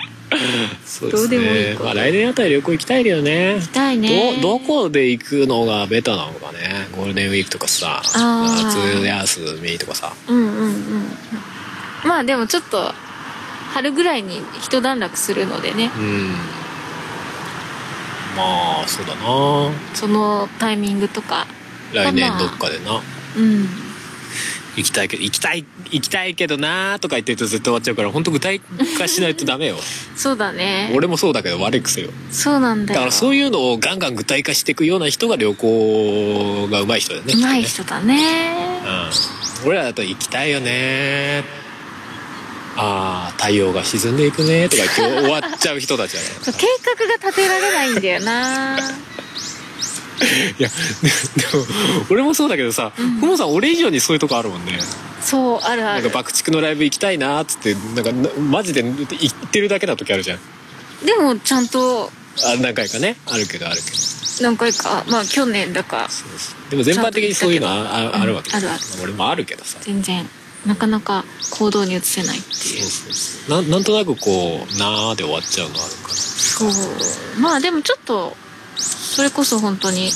Speaker 3: そう
Speaker 2: どうでもいいか
Speaker 3: まあ、来年あたり旅行行きたいよね行き
Speaker 2: たいね
Speaker 3: どどこで行くのがベタなのかねゴールデンウィークとかさ
Speaker 2: あー
Speaker 3: 夏休みとかさ
Speaker 2: うんうんうんまあでもちょっと春ぐらいに一段落するのでね
Speaker 3: うんまあそうだな
Speaker 2: そのタイミングとか
Speaker 3: 来年どっかでな
Speaker 2: うん
Speaker 3: 行きたいけど行きたい行きたいけどなーとか言ってると絶対終わっちゃうから本当具体化しないとダメ よ
Speaker 2: そうだね
Speaker 3: 俺もそうだけど悪い癖よ
Speaker 2: そうなん
Speaker 3: だ
Speaker 2: だよ
Speaker 3: からそういうのをガンガン具体化していくような人が旅行が上手い人だよね
Speaker 2: うまい
Speaker 3: きっとね
Speaker 2: 人だね
Speaker 3: うん、俺らだと行きたいよねああ太陽が沈んでいくねとか今日終わっちゃう人たちだから
Speaker 2: 計画が立てられないんだよな
Speaker 3: いやででも俺もそうだけどさふも、さん俺以上にそういうとこあるもんね
Speaker 2: そうあるあ
Speaker 3: なんか
Speaker 2: る
Speaker 3: 爆竹のライブ行きたいなーっつってなんかなマジで行ってるだけな時あるじゃん
Speaker 2: でもちゃんと
Speaker 3: あ何回かねあるけどあるけど
Speaker 2: 何回かまあ去年だか
Speaker 3: そうそうでも全般的にそういうのあああるわけ
Speaker 2: うんあるある
Speaker 3: 俺もあるけどさ
Speaker 2: 全然なかなか行動に移せないっていう
Speaker 3: そうそうなんなんとなくこう「なー」で終わっちゃうのあるから
Speaker 2: そうまあでもちょっとそれこそ本当に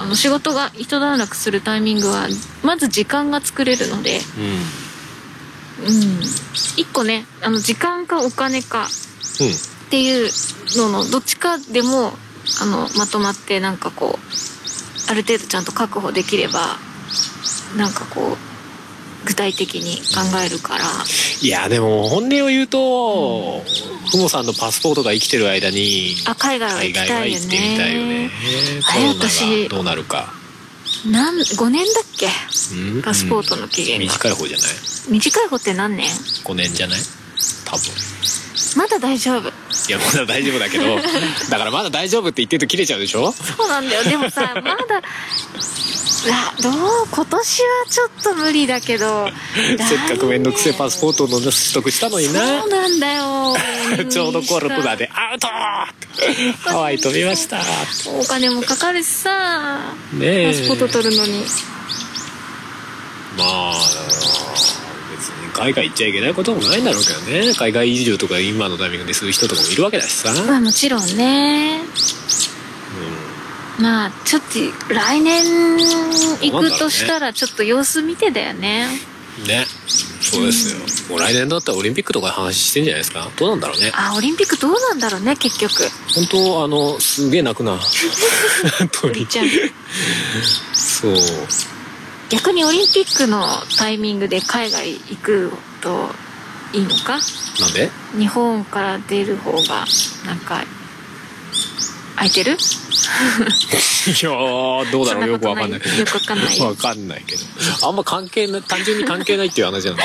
Speaker 2: あの仕事が一段落するタイミングはまず時間が作れるので
Speaker 3: うんうん
Speaker 2: うん一個ねあの時間かお金か
Speaker 3: うん
Speaker 2: っていうののどっちかでもあのまとまってなんかこうある程度ちゃんと確保できればなんかこう具体的に考えるから
Speaker 3: いやでも本音を言うとふも、さんのパスポートが生きてる間に
Speaker 2: あ海外は
Speaker 3: 海
Speaker 2: 行
Speaker 3: 外
Speaker 2: きた
Speaker 3: はい
Speaker 2: よ
Speaker 3: 行ってみたいよね
Speaker 2: ねあ
Speaker 3: コ
Speaker 2: れ
Speaker 3: ロナがど
Speaker 2: 私
Speaker 3: うなるか、
Speaker 2: なん5年だっけ
Speaker 3: うん
Speaker 2: パスポートの期限が
Speaker 3: 短い方じゃない
Speaker 2: 短い方って何年
Speaker 3: 5年じゃない
Speaker 2: だ
Speaker 3: 多分
Speaker 2: まだ大丈夫
Speaker 3: いやまだ大丈夫だ けどだからまだ大丈夫って言ってると切れちゃうでしょ
Speaker 2: そうなんだよでも さまだらどう今年はちょっと無理だけどせ
Speaker 3: せっかく面倒くせえパスポートの取得したのにな
Speaker 2: そうなんだよ
Speaker 3: ちょうどコルクダでアウトハワイ飛びました
Speaker 2: お金もかかるしさ
Speaker 3: ねえ
Speaker 2: パスポート取るのに
Speaker 3: まあ別に海外行っちゃいけないこともないんだろうけどね海外移住とか今のタイミングでする人とかもいるわけだしさ、
Speaker 2: まあもちろんねまあちょっと来年行くとしたらちょっと様子見てだ よね
Speaker 3: ねそうですよ、もう来年だったらオリンピックとかの話してんじゃないですかどうなんだろうね
Speaker 2: あオリンピックどうなんだろうね結局
Speaker 3: 本当あのすげえ泣く な鳥
Speaker 2: じゃあ
Speaker 3: そう
Speaker 2: 逆にオリンピックのタイミングで海外行くといいのか
Speaker 3: なんで
Speaker 2: 日本から出る方がなんか空いてる
Speaker 3: いやーどうだろうよくわかんない
Speaker 2: よくわかんない
Speaker 3: わかんないけどあんま関係ない単純に関係ないっていう話なんだよね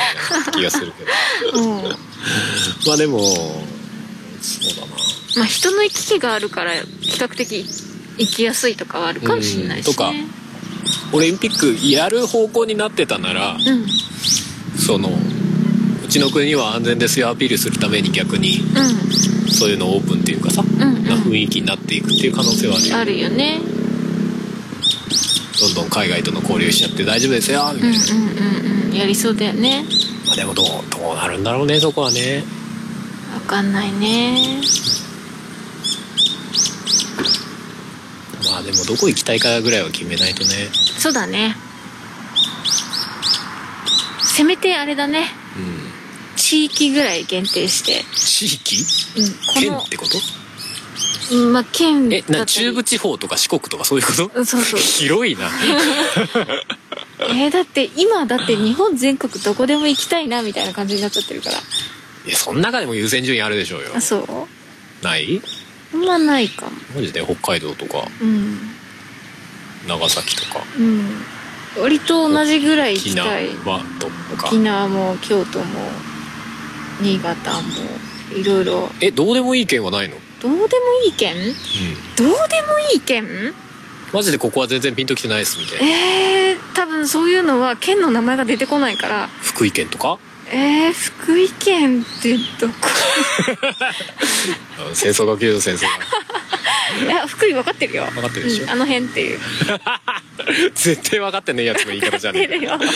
Speaker 3: 気がする けど
Speaker 2: うん
Speaker 3: まあでもそうだな
Speaker 2: まあ人の行き来があるから比較的行きやすいとかはあるかもしれないし、ね、
Speaker 3: うんとかオリンピックやる方向になってたなら
Speaker 2: うんうん
Speaker 3: そのうちの国は安全ですよアピールするために逆にそういうのオープンっていうかさ、
Speaker 2: うん
Speaker 3: な雰囲気になっていくっていう可能性はあるよ
Speaker 2: あるよね
Speaker 3: どんどん海外との交流しちゃって大丈夫ですよみ
Speaker 2: う
Speaker 3: た
Speaker 2: ん
Speaker 3: い
Speaker 2: うん
Speaker 3: な、
Speaker 2: うんうんやりそうだよね
Speaker 3: まあでもどうどうなるんだろうねそこはね
Speaker 2: わかんないね
Speaker 3: まあでもどこ行きたいかぐらいは決めないとね
Speaker 2: そうだねせめてあれだね
Speaker 3: うん
Speaker 2: 地域ぐらい限定して、
Speaker 3: 地域
Speaker 2: うん、こ
Speaker 3: 県
Speaker 2: の
Speaker 3: ってこと
Speaker 2: うんまあ県だ
Speaker 3: え
Speaker 2: ったり
Speaker 3: な中部地方とか四国とかそういうこ
Speaker 2: う
Speaker 3: と
Speaker 2: んそうそ う
Speaker 3: 広いな
Speaker 2: えーだって今だって日本全国どこでも行きたいなみたいな感じになっちゃってるから
Speaker 3: いやその中でも優先順位あるでしょうよ
Speaker 2: あそう
Speaker 3: ない
Speaker 2: あんまないかも
Speaker 3: マジで北海道とか
Speaker 2: うん
Speaker 3: 長崎とか
Speaker 2: うん割と同じぐらい行
Speaker 3: 沖
Speaker 2: きたい
Speaker 3: 縄とか
Speaker 2: 沖縄も京都も新潟もいろいろ
Speaker 3: えどうでもいい県はないの、うん、
Speaker 2: どうでもいい県どうでもいい県
Speaker 3: マジでここは全然ピンときてないですみたいな
Speaker 2: えー、多分そういうのは県の名前が出てこないから
Speaker 3: 福井県とか
Speaker 2: えー、福井県ってどこ
Speaker 3: あの戦争が救 助先生
Speaker 2: いや 福井分かってるよ
Speaker 3: 分かってるでしょ
Speaker 2: うんあの辺っていう
Speaker 3: が絶対分かってねえやつの言い方じゃね
Speaker 2: 出
Speaker 3: え
Speaker 2: るよ
Speaker 3: 終わ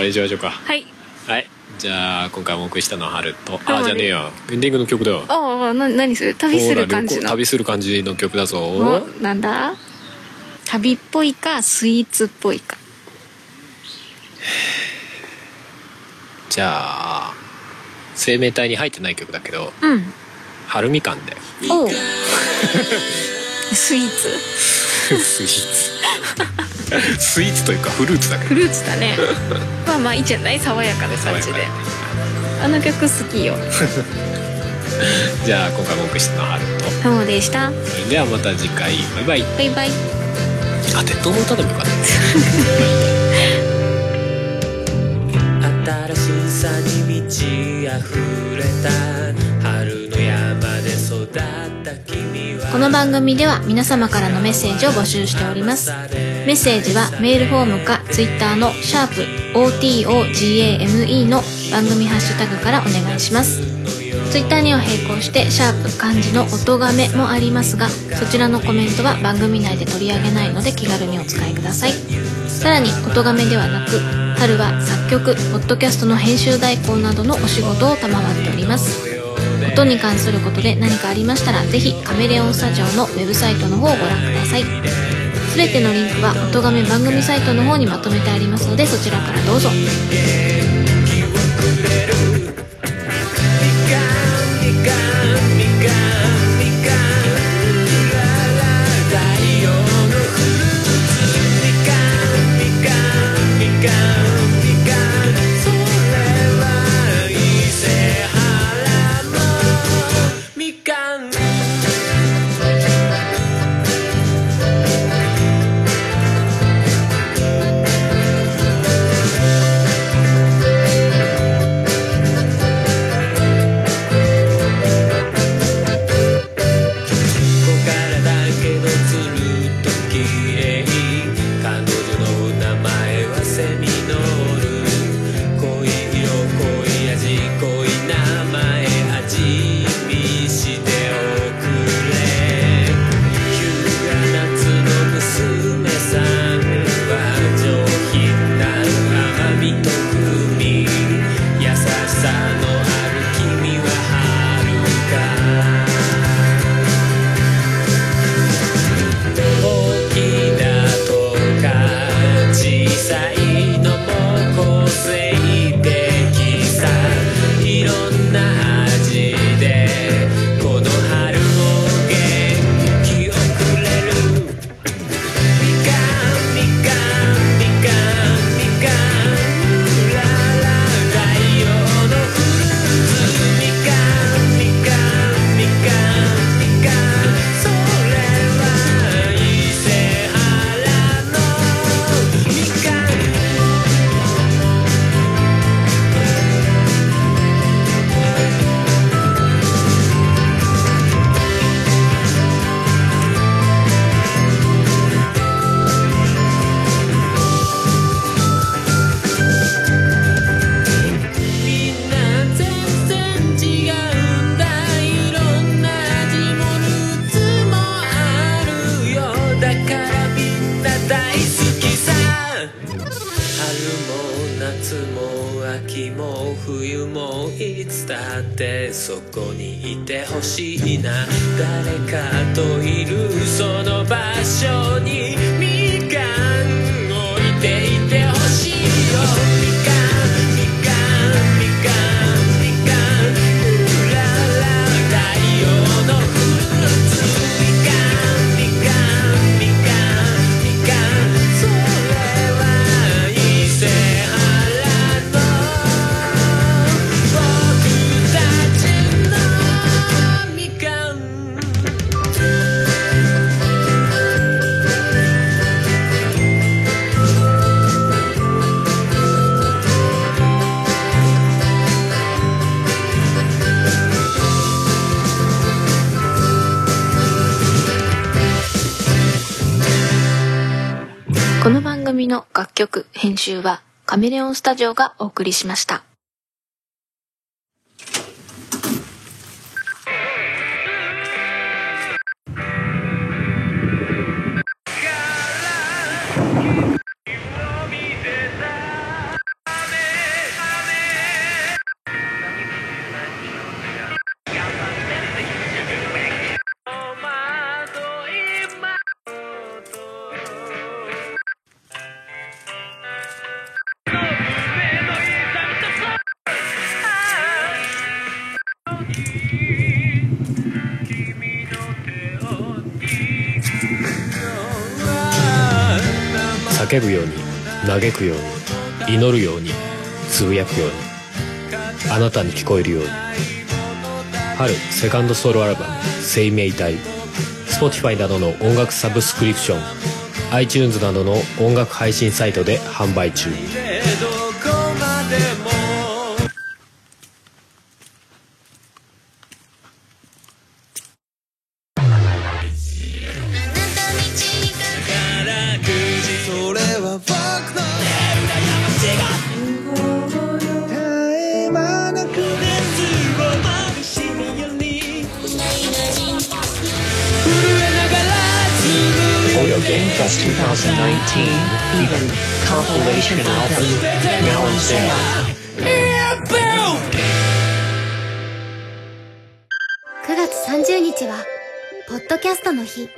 Speaker 3: りにしましょうか
Speaker 2: はい
Speaker 3: はいじゃあ今回もお送りしたのは春と
Speaker 2: 春
Speaker 3: あじゃねえやエンディングの曲だよ
Speaker 2: ああな何する旅する感じ
Speaker 3: ほら旅行
Speaker 2: の
Speaker 3: 旅する感じの曲だ
Speaker 2: お
Speaker 3: ぞ
Speaker 2: なんだ旅っぽいかスイーツっぽいか
Speaker 3: じゃあ生命体に入ってない曲だけど
Speaker 2: うん
Speaker 3: 春みかんで
Speaker 2: おう スイー ツ
Speaker 3: スイーツスイーツというかフルーツだけど
Speaker 2: フルーツ だねまあまあいいじゃない爽やかな感じ
Speaker 3: 爽
Speaker 2: で
Speaker 3: やか
Speaker 2: あの曲好きよ
Speaker 3: じゃあ今回もお送りしたのは春と
Speaker 2: そうでした
Speaker 3: それではまた次回バイバイ
Speaker 2: バイバイ
Speaker 3: あ鉄塔の歌でもよかった
Speaker 5: 新しさに満ち溢れた春の山で育った君は
Speaker 6: この番組では皆様からのメッセージを募集しておりますメッセージはメールフォームか Twitter の「シャープ o t o g a m e の番組ハッシュタグからお願いします Twitter には並行して「シャープ漢字の音がめ」もありますがそちらのコメントは番組内で取り上げないので気軽にお使いくださいさらに音がめではなく春は作曲ポッドキャストの編集代行などのお仕事を賜っております音に関することで何かありましたらぜひカメレオンスタジオのウェブサイトの方をご覧くださいすべてのリンクは音亀番組サイトの方にまとめてありますのでそちらからどうぞ
Speaker 5: みかん
Speaker 7: 「
Speaker 5: 秋も冬もいつだってそこにいてほしいな誰かといるその場所にみかん置いていてほしいよみかんみかんみかんみかんうらら太陽のフルーツみかんみかんみかんみかんそれは伊勢原と僕たちのみかん
Speaker 8: この番組の楽曲編集はカメレオンスタジオがお送りしました
Speaker 3: 叫ぶように嘆くように祈るようにつぶやくようにあなたに聞こえるように春セカンドソロアルバム「生命体」Spotify などの音楽サブスクリプション iTunes などの音楽配信サイトで販売中
Speaker 5: でどこまでも宝くじそれは僕の絶え間なく熱をまぶしみように震えながら紡ぐ
Speaker 9: Auto Game Fest 2019 Even Compilation Album now on sale.
Speaker 5: Boom!
Speaker 6: 9月30日は、ポッドキャストの日。